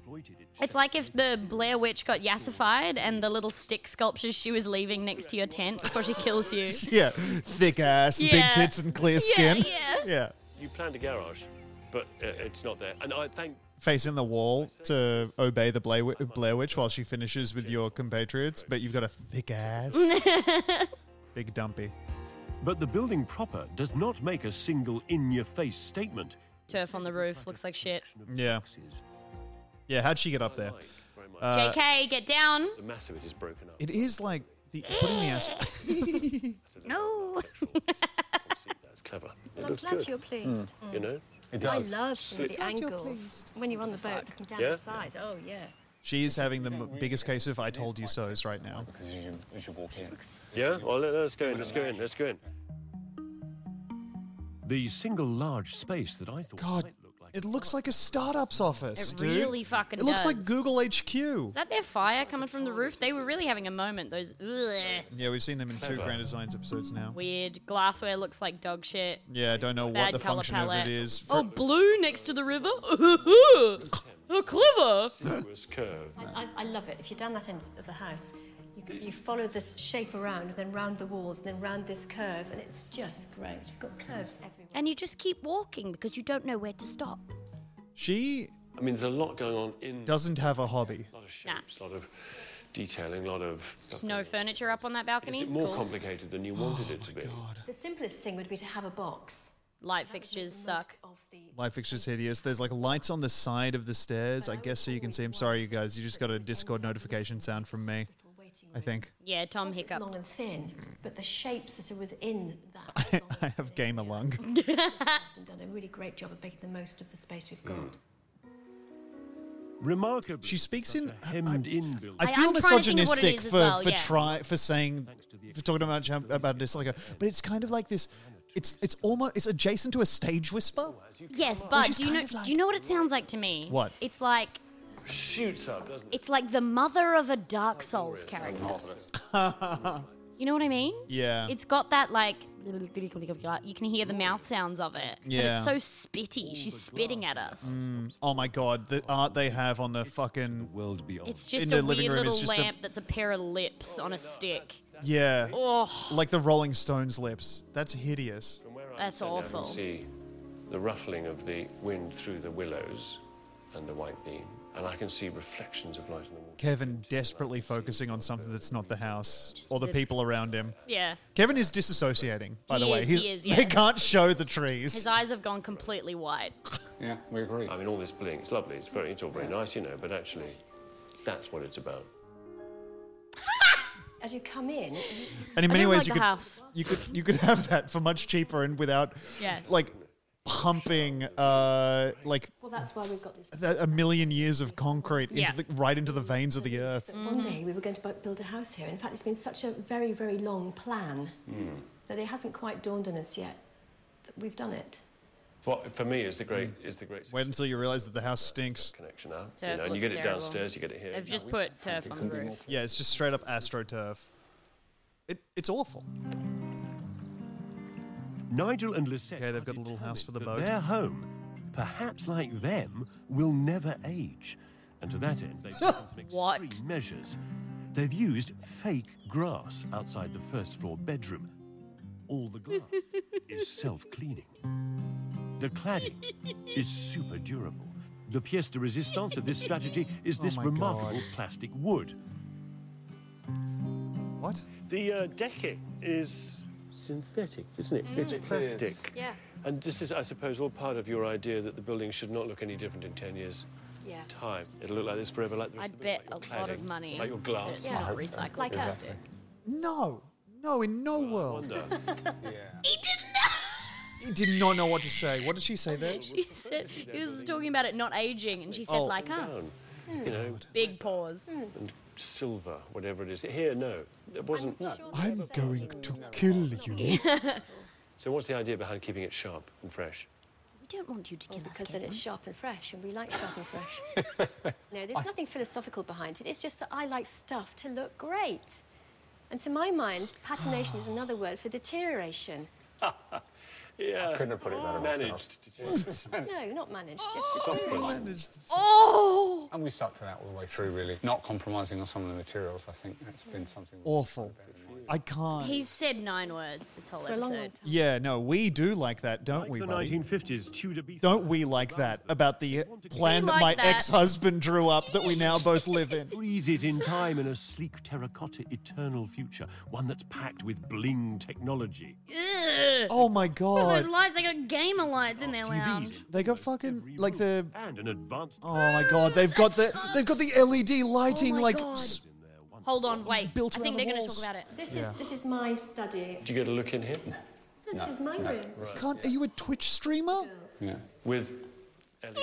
Speaker 2: It's like if the Blair Witch got yassified and the little stick sculptures she was leaving next to your tent before she
Speaker 3: (laughs)
Speaker 2: kills you.
Speaker 3: (laughs) Yeah, thick ass,
Speaker 2: Yeah.
Speaker 3: big tits, and clear
Speaker 2: Yeah,
Speaker 3: skin.
Speaker 2: (laughs) yeah.
Speaker 3: yeah.
Speaker 8: You planned a garage, but uh, it's not there. And I thank
Speaker 3: facing the wall to obey the Blair, Wi- Blair Witch while she finishes with your compatriots, but you've got a thick ass.
Speaker 2: (laughs)
Speaker 3: Big dumpy.
Speaker 4: But the building proper does not make a single in-your-face statement.
Speaker 2: Turf on the roof looks like shit.
Speaker 3: Yeah. Yeah, how'd she get up there? Uh,
Speaker 2: JK,
Speaker 3: (laughs)
Speaker 2: get down.
Speaker 8: the mass of it is broken up.
Speaker 3: It is like the putting the
Speaker 2: (gasps)
Speaker 3: ass. (laughs)
Speaker 2: no.
Speaker 8: That's clever. It
Speaker 10: Well, I'm
Speaker 8: looks
Speaker 10: glad
Speaker 8: good. Hmm.
Speaker 10: you're pleased. Mm.
Speaker 8: You know,
Speaker 10: I love seeing
Speaker 8: Slip-
Speaker 10: the angles when you're on the boat looking down
Speaker 3: Yeah?
Speaker 10: the side. Oh, yeah.
Speaker 3: She is having the m- biggest case of I told you so's right now.
Speaker 8: Yeah. Well, let- let's go in. Let's go in. Let's go in.
Speaker 4: The single large space that I thought
Speaker 3: God, it looks like a startup's office,
Speaker 2: It
Speaker 3: dude.
Speaker 2: really fucking
Speaker 3: It looks like
Speaker 2: does.
Speaker 3: Google
Speaker 2: Is
Speaker 3: HQ.
Speaker 2: that their fire coming from the roof? They were really having a moment. Those ugh,
Speaker 3: Yeah, we've seen them in two
Speaker 2: Clever.
Speaker 3: Grand Designs episodes now.
Speaker 2: weird glassware looks like dog shit.
Speaker 3: Yeah, I don't know what
Speaker 2: Bad
Speaker 3: the
Speaker 2: color
Speaker 3: function of
Speaker 2: palette.
Speaker 3: it is.
Speaker 2: Oh, blue next to the river. (laughs) oh, clever.
Speaker 8: curve.
Speaker 10: I, I, I love it. If you're down that end of the house, you, c- you follow this shape around, and then round the walls, and then round this curve, and it's just great. You've got curves everywhere.
Speaker 2: And you just keep walking because you don't know where to stop.
Speaker 3: She
Speaker 8: I mean, there's a lot going on in.
Speaker 3: doesn't have a hobby.
Speaker 8: lot of shapes, a lot of detailing, a lot of stuff.
Speaker 2: There's no furniture up on
Speaker 8: Is
Speaker 2: that balcony.
Speaker 8: it more
Speaker 2: Cool.
Speaker 3: Oh,
Speaker 8: complicated than you wanted it to be?
Speaker 10: The simplest thing would be to have a box
Speaker 2: Light fixtures suck.
Speaker 3: Light fixture's hideous. There's like lights on the side of the stairs, I guess, so you can see them. Sorry, you guys. You just got a Discord notification sound from me, I think.
Speaker 2: Yeah, Tom
Speaker 10: Of course It's long
Speaker 2: hiccuped.
Speaker 10: and thin, but the shapes that are within that
Speaker 3: (laughs) I (laughs) have gamer lung.
Speaker 2: (laughs)
Speaker 10: have done a really great job of making the most of the space we've got.
Speaker 4: Remarkable.
Speaker 3: She speaks in.
Speaker 4: hemmed in building.
Speaker 3: I
Speaker 10: I-
Speaker 3: feel
Speaker 10: I'm trying to think of what it
Speaker 3: misogynistic
Speaker 10: is as
Speaker 3: for
Speaker 10: well,
Speaker 3: for
Speaker 10: yeah.
Speaker 3: try for saying for talking about about this like a, but it's kind of like this. It's it's almost it's adjacent to a stage whisper. (laughs)
Speaker 2: Yes,
Speaker 3: Well,
Speaker 2: but
Speaker 3: she's
Speaker 2: do you know
Speaker 3: kind of
Speaker 2: do you know what it sounds like to me?
Speaker 3: What?
Speaker 2: It's like
Speaker 8: Shoots up, doesn't
Speaker 2: it's like the mother of a Dark Souls character.
Speaker 3: (laughs)
Speaker 2: You know what I mean?
Speaker 3: Yeah. Mm.
Speaker 2: It's got that like you can hear the mouth sounds of it. But
Speaker 3: Yeah.
Speaker 2: it's so spitty. She's spitting at us.
Speaker 3: Mm. oh my god, the art they have on the fucking
Speaker 4: world
Speaker 3: Mm.
Speaker 4: beyond.
Speaker 2: It's just a weird little lamp that's a pair of lips on a stick.
Speaker 3: yeah,
Speaker 2: Oh.
Speaker 3: like the Rolling Stones lips. That's hideous.
Speaker 2: That's
Speaker 8: I can
Speaker 2: awful.
Speaker 8: see the ruffling of the wind through the willows and the white beam, and I can see reflections of light in the water.
Speaker 3: Kevin desperately focusing on something that's not the house or the people around him.
Speaker 2: Yeah.
Speaker 3: Kevin is disassociating, by
Speaker 2: He
Speaker 3: the way.
Speaker 2: is,
Speaker 3: He's-
Speaker 2: he
Speaker 3: (laughs)
Speaker 2: is,
Speaker 3: They
Speaker 2: yes.
Speaker 3: can't show the trees.
Speaker 2: His eyes have gone completely white.
Speaker 8: Yeah, we agree. I mean, all this bling, it's lovely, it's very, it's all very nice, you know, but actually, that's what it's about.
Speaker 10: As you come in, you,
Speaker 3: And in
Speaker 10: I
Speaker 3: many
Speaker 10: don't
Speaker 3: ways,
Speaker 10: like
Speaker 3: you
Speaker 10: the
Speaker 3: could
Speaker 10: house.
Speaker 3: you could you could have that for much cheaper and without
Speaker 10: Yeah.
Speaker 3: like pumping uh like
Speaker 10: well, that's why we've got this.
Speaker 3: th- a million years of concrete
Speaker 10: Yeah.
Speaker 3: into the, right into the veins of the earth.
Speaker 10: That
Speaker 2: Mm-hmm.
Speaker 10: One day we were going to bu- build a house here. In fact, it's been such a very, very long plan that it hasn't quite dawned on us yet that we've done
Speaker 2: (laughs)
Speaker 10: it.
Speaker 8: What for me is the great is the great
Speaker 3: Wait until you realize that the house stinks.
Speaker 8: Connection now,
Speaker 2: Turf
Speaker 8: you know, and you
Speaker 2: looks
Speaker 8: get it
Speaker 2: terrible.
Speaker 8: downstairs, you get it here.
Speaker 2: They've
Speaker 8: No,
Speaker 2: just
Speaker 8: we-
Speaker 2: put turf
Speaker 8: it
Speaker 2: on the
Speaker 8: couldn't be more
Speaker 2: roof.
Speaker 3: Yeah, it's just straight up astroturf. It it's awful.
Speaker 4: Nigel and Lisette.
Speaker 3: Okay, they've got a little house for the
Speaker 4: that
Speaker 3: boat.
Speaker 4: Their home, perhaps like them, will never age. And to that end, they've taken some extreme measures. They've used fake grass outside the first floor bedroom. All the glass is self cleaning. The cladding is super durable. The pièce de résistance of this strategy is
Speaker 8: Oh
Speaker 4: this
Speaker 8: my God.
Speaker 4: remarkable plastic wood.
Speaker 3: What?
Speaker 8: The uh, decking is synthetic, isn't it?
Speaker 4: Mm. It
Speaker 8: It's
Speaker 4: is.
Speaker 8: plastic.
Speaker 10: Yeah.
Speaker 8: And this is, I suppose, all part of your idea that the building should not look any different in 10 years'
Speaker 10: Yeah.
Speaker 8: time. It'll look like this forever, like the rest
Speaker 2: I'd
Speaker 8: of it,
Speaker 2: bet
Speaker 8: like your
Speaker 2: a lot of
Speaker 8: cladding,
Speaker 2: money
Speaker 8: Like your glass.
Speaker 2: that's Yeah. not recycled. Like us.
Speaker 3: No, no, in no world. (laughs)
Speaker 2: He didn't
Speaker 3: He did not know what to say. What did she say there?
Speaker 2: She said he was talking about it not aging, and she said
Speaker 3: Oh.
Speaker 2: like us.
Speaker 8: Down, You know, Hmm.
Speaker 2: Big pause.
Speaker 8: and silver, whatever it is. Here, no. It wasn't.
Speaker 13: I'm going to kill you.
Speaker 8: So, what's the idea behind keeping it sharp and fresh?
Speaker 2: We don't want you to
Speaker 10: kill because then it's sharp and fresh, and we like sharp
Speaker 2: (laughs)
Speaker 10: and fresh. no, there's nothing philosophical behind it. It's just that I like stuff to look great. And to my mind, patination
Speaker 2: (sighs)
Speaker 10: is another word for
Speaker 2: (laughs)
Speaker 10: deterioration.
Speaker 8: Yeah.
Speaker 6: couldn't have put it better
Speaker 8: Managed.
Speaker 6: myself.
Speaker 10: no, not managed, just
Speaker 5: Softly.
Speaker 10: deterioration.
Speaker 2: Oh!
Speaker 5: And we stuck to that all the way through, really. Not compromising on some of the materials, I think that's been something.
Speaker 3: Awful. I can't.
Speaker 2: He's said nine words this whole
Speaker 10: For a long
Speaker 2: episode.
Speaker 3: Yeah, no, we do like that, don't we,
Speaker 4: the
Speaker 3: buddy?
Speaker 4: 1950s Tudor
Speaker 3: Don't we like that about the plan
Speaker 4: We
Speaker 3: that
Speaker 4: like
Speaker 3: my
Speaker 4: that.
Speaker 3: ex-husband drew up that we now both live in?
Speaker 4: (laughs) Freeze it in time in a sleek terracotta eternal future, one that's packed with bling technology.
Speaker 2: Ugh.
Speaker 3: Oh my
Speaker 2: Look at those
Speaker 3: god.
Speaker 2: lights. They got gamer lights
Speaker 8: Oh,
Speaker 2: in um, their lounge.
Speaker 3: They got fucking like the
Speaker 4: and an advanced
Speaker 3: Oh my god, they've got the they've got the LED lighting
Speaker 10: Oh my
Speaker 3: like
Speaker 10: God.
Speaker 3: s-
Speaker 2: Oh Hold on, wait. I think
Speaker 10: around
Speaker 2: they're
Speaker 10: the
Speaker 2: going to talk
Speaker 10: walls.
Speaker 2: about it.
Speaker 10: This is this is my study.
Speaker 8: Do you get a look in here?
Speaker 10: This
Speaker 8: No,
Speaker 10: is my
Speaker 8: no.
Speaker 10: room.
Speaker 8: Right.
Speaker 3: can't are you a Twitch streamer?
Speaker 8: Yeah. With LED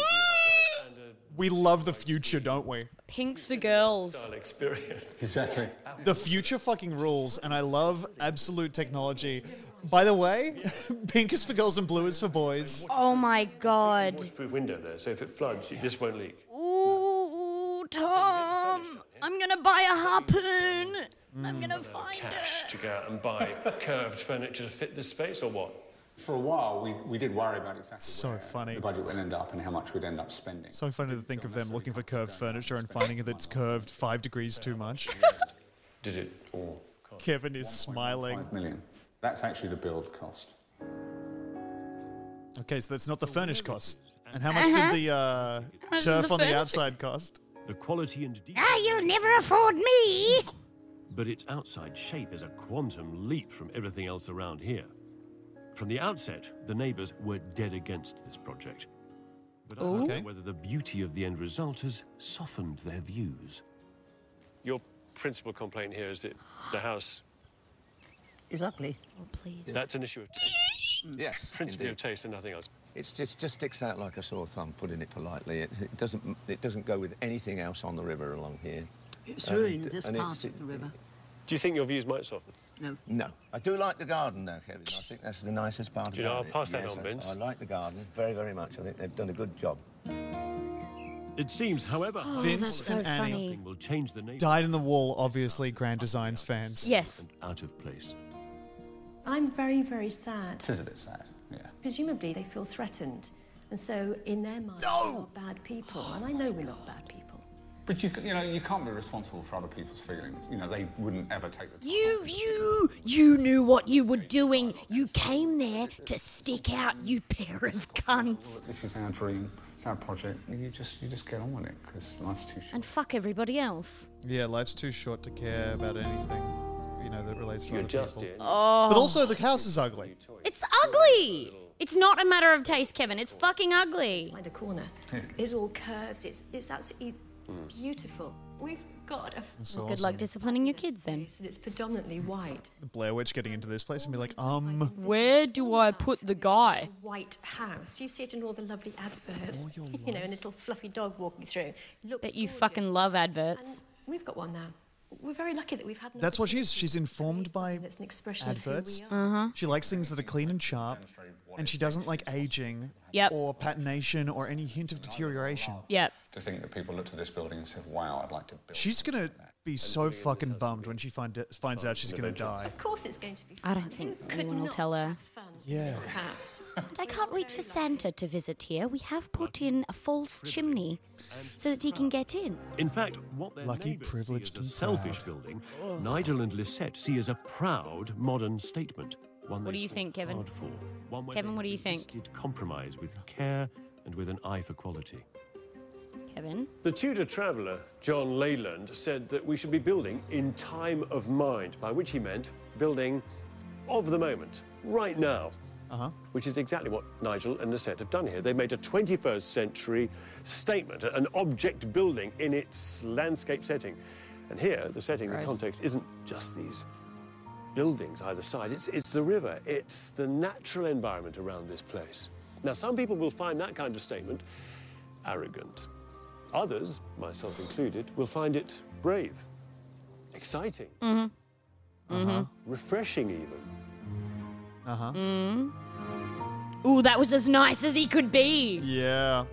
Speaker 3: We love the future, don't we?
Speaker 2: Pink's for girls.
Speaker 8: style experience.
Speaker 5: Exactly.
Speaker 3: The future fucking rules and I love absolute technology. By the way, (laughs) pink is for girls and blue is for boys.
Speaker 2: Oh my god.
Speaker 8: Waterproof window there, so if it floods, you- this won't leak.
Speaker 2: Ooh, Tom. I'm going to buy a harpoon. I'm going to
Speaker 8: Mm.
Speaker 2: find
Speaker 8: Cash to go out and buy
Speaker 5: (laughs)
Speaker 8: curved furniture to fit this space, or what?
Speaker 5: For a while, we, we did worry about exactly
Speaker 3: so funny.
Speaker 5: the budget would end up and how much we'd end up spending.
Speaker 3: So funny to think of them looking for curved furniture and finding that it's curved five degrees too much. (laughs)
Speaker 8: Did it all
Speaker 3: Kevin is smiling.
Speaker 5: Five million. That's actually the build cost.
Speaker 3: Okay, so that's not the furnished cost. And how much
Speaker 14: Uh-huh.
Speaker 3: did the uh,
Speaker 14: much is
Speaker 3: turf
Speaker 14: the
Speaker 3: on the
Speaker 14: furniture?
Speaker 3: outside cost?
Speaker 4: The quality and detail,
Speaker 14: Ah, you'll never afford me.
Speaker 4: but its outside shape is a quantum leap from everything else around here. From the outset, the neighbours were dead against this project. But I
Speaker 8: Ooh.
Speaker 4: wonder
Speaker 8: Okay.
Speaker 4: whether the beauty of the end result has softened their views.
Speaker 8: Your principal complaint here is that the house
Speaker 6: It's ugly.
Speaker 2: Oh, please.
Speaker 8: That's an issue of taste.
Speaker 6: Yes,
Speaker 8: Principally of
Speaker 6: indeed.
Speaker 8: taste and nothing else.
Speaker 6: It's just just sticks out like a sore thumb, putting it politely. It, it doesn't it doesn't go with anything else on the river along here.
Speaker 8: It's
Speaker 6: And-
Speaker 8: ruined this
Speaker 6: and it's-
Speaker 8: part of the
Speaker 6: river.
Speaker 8: Do you think your views might soften?
Speaker 6: No. No. I do like the garden though, Kevin. I think that's the nicest part
Speaker 8: Do you
Speaker 6: of
Speaker 8: know, I'll
Speaker 6: it.
Speaker 8: pass that
Speaker 6: Yes,
Speaker 8: on,
Speaker 6: I-
Speaker 8: Vince.
Speaker 6: I like the garden very, very much. I think they've done a good job.
Speaker 4: It seems, however,
Speaker 2: Oh,
Speaker 3: Vince that's so and Annie. funny.
Speaker 4: Nothing will change the neighbours
Speaker 3: Died in the wall, obviously, Grand Designs fans.
Speaker 2: Yes.
Speaker 4: out of place.
Speaker 10: I'm very, very sad.
Speaker 5: Tis a bit sad.
Speaker 10: Presumably they feel threatened. And so in their mind, we're not bad people. And I know we're not bad people.
Speaker 5: But you, c- you know, you can't be responsible for other people's feelings. You know, they wouldn't ever take the
Speaker 14: You, you, you knew what you were doing. You came there to stick out, you pair of cunts.
Speaker 5: This is our dream. It's our project. You just you just get on with it because life's too short.
Speaker 2: And fuck everybody else.
Speaker 3: Yeah, life's too short to care about anything, you know, that relates to
Speaker 8: You're
Speaker 3: other
Speaker 8: just
Speaker 3: people.
Speaker 8: in.
Speaker 2: Oh.
Speaker 3: But also, the house is ugly.
Speaker 2: It's ugly. It's not a matter of taste, Kevin. It's fucking ugly.
Speaker 10: By the corner. It's all curves. It's it's absolutely beautiful. We've got a
Speaker 3: That's
Speaker 2: Well, good luck disciplining your kids then.
Speaker 10: It's predominantly white.
Speaker 3: Blair Witch getting into this place and be like, um,
Speaker 2: Where do I put the guy?
Speaker 10: White house. You see it in all the lovely adverts. (laughs) you know, a little fluffy dog walking through. Looks
Speaker 2: Bet you fucking love adverts.
Speaker 10: We've got one now. We're very lucky that we've had. an
Speaker 3: that's what
Speaker 10: opportunity
Speaker 3: she is. She's informed by
Speaker 10: That's an expression
Speaker 3: adverts.
Speaker 10: of who we are.
Speaker 2: Uh-huh.
Speaker 3: She likes things that are clean and sharp, and she doesn't like aging or patination or any hint of deterioration.
Speaker 2: Yep.
Speaker 5: To think that people looked at this building and said, "Wow, I'd like to build."
Speaker 3: She's gonna be so fucking bummed when she find finds out she's gonna die.
Speaker 10: Of course, it's going to be.
Speaker 2: I don't think anyone will tell her.
Speaker 3: Yeah.
Speaker 2: And I can't wait for Santa to visit here. We have put in a false chimney so that he can get in.
Speaker 4: In fact, what their
Speaker 3: Lucky,
Speaker 4: neighbours see
Speaker 3: privileged,
Speaker 4: as a
Speaker 3: and
Speaker 4: selfish
Speaker 3: proud.
Speaker 4: building,
Speaker 2: Oh.
Speaker 4: Nigel and Lisette see as a proud modern statement. One
Speaker 2: What
Speaker 4: they
Speaker 2: do you
Speaker 4: fought
Speaker 2: think, Kevin?
Speaker 4: hard For, one where
Speaker 2: Kevin,
Speaker 4: they
Speaker 2: what do you think?
Speaker 4: resisted compromise with care and with an eye for quality.
Speaker 2: Kevin?
Speaker 8: The Tudor traveller, John Leyland, said that we should be building in time of mind, by which he meant building of the moment, right now.
Speaker 3: Uh-huh.
Speaker 8: Which is exactly what Nigel and Lisette have done here. They made a 21st century statement, an object building in its landscape setting. And here, the setting,
Speaker 4: Gross.
Speaker 8: the context, isn't just these buildings either side. It's, it's the river, it's the natural environment around this place. Now, some people will find that kind of statement arrogant. Others, myself included, will find it brave, exciting,
Speaker 2: Mm-hmm.
Speaker 3: Uh-huh.
Speaker 8: refreshing, even.
Speaker 3: Uh-huh.
Speaker 2: Mm. Ooh, that was as nice as he could be.
Speaker 3: Yeah.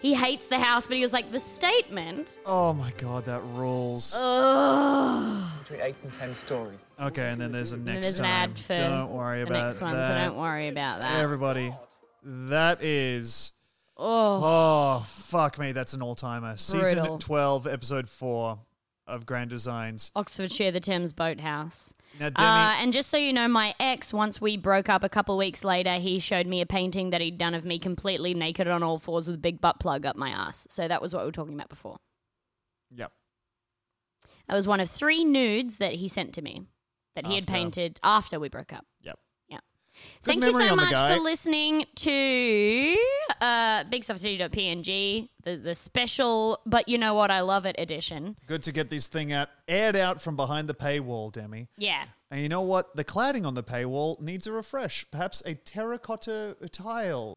Speaker 2: He hates the house, but he was like, the statement?
Speaker 3: Oh my god, that rules.
Speaker 2: Ugh.
Speaker 6: Between eight and ten stories.
Speaker 3: Okay, and then there's a
Speaker 2: And
Speaker 3: next
Speaker 2: there's an
Speaker 3: time.
Speaker 2: ad for
Speaker 3: don't worry
Speaker 2: the
Speaker 3: about
Speaker 2: next one, so
Speaker 3: that.
Speaker 2: don't worry about that.
Speaker 3: Everybody, that is.
Speaker 2: Oh.
Speaker 3: Oh, fuck me. That's an all timer. Season
Speaker 2: Brutal.
Speaker 3: 12, episode 4 of Grand Designs.
Speaker 2: Oxfordshire, the Thames Boathouse.
Speaker 3: Now, Demi-
Speaker 2: Uh, and just so you know, my ex, once we broke up a couple weeks later, he showed me a painting that he'd done of me completely naked on all fours with a big butt plug up my ass. So that was what we were talking about before.
Speaker 3: Yep.
Speaker 2: That was one of three nudes that he sent to me that he had
Speaker 14: After.
Speaker 2: painted after we broke up.
Speaker 3: Yep.
Speaker 2: Yeah.
Speaker 14: Good
Speaker 2: Thank you
Speaker 14: memory
Speaker 2: so
Speaker 14: on the
Speaker 2: much
Speaker 14: guy.
Speaker 2: for listening to uh, BigStuffCity.png, the, the special, but you know what, I love it edition.
Speaker 3: Good to get this thing out, aired out from behind the paywall, Demi.
Speaker 2: Yeah.
Speaker 3: And you know what? The cladding on the paywall needs a refresh. Perhaps a terracotta tile.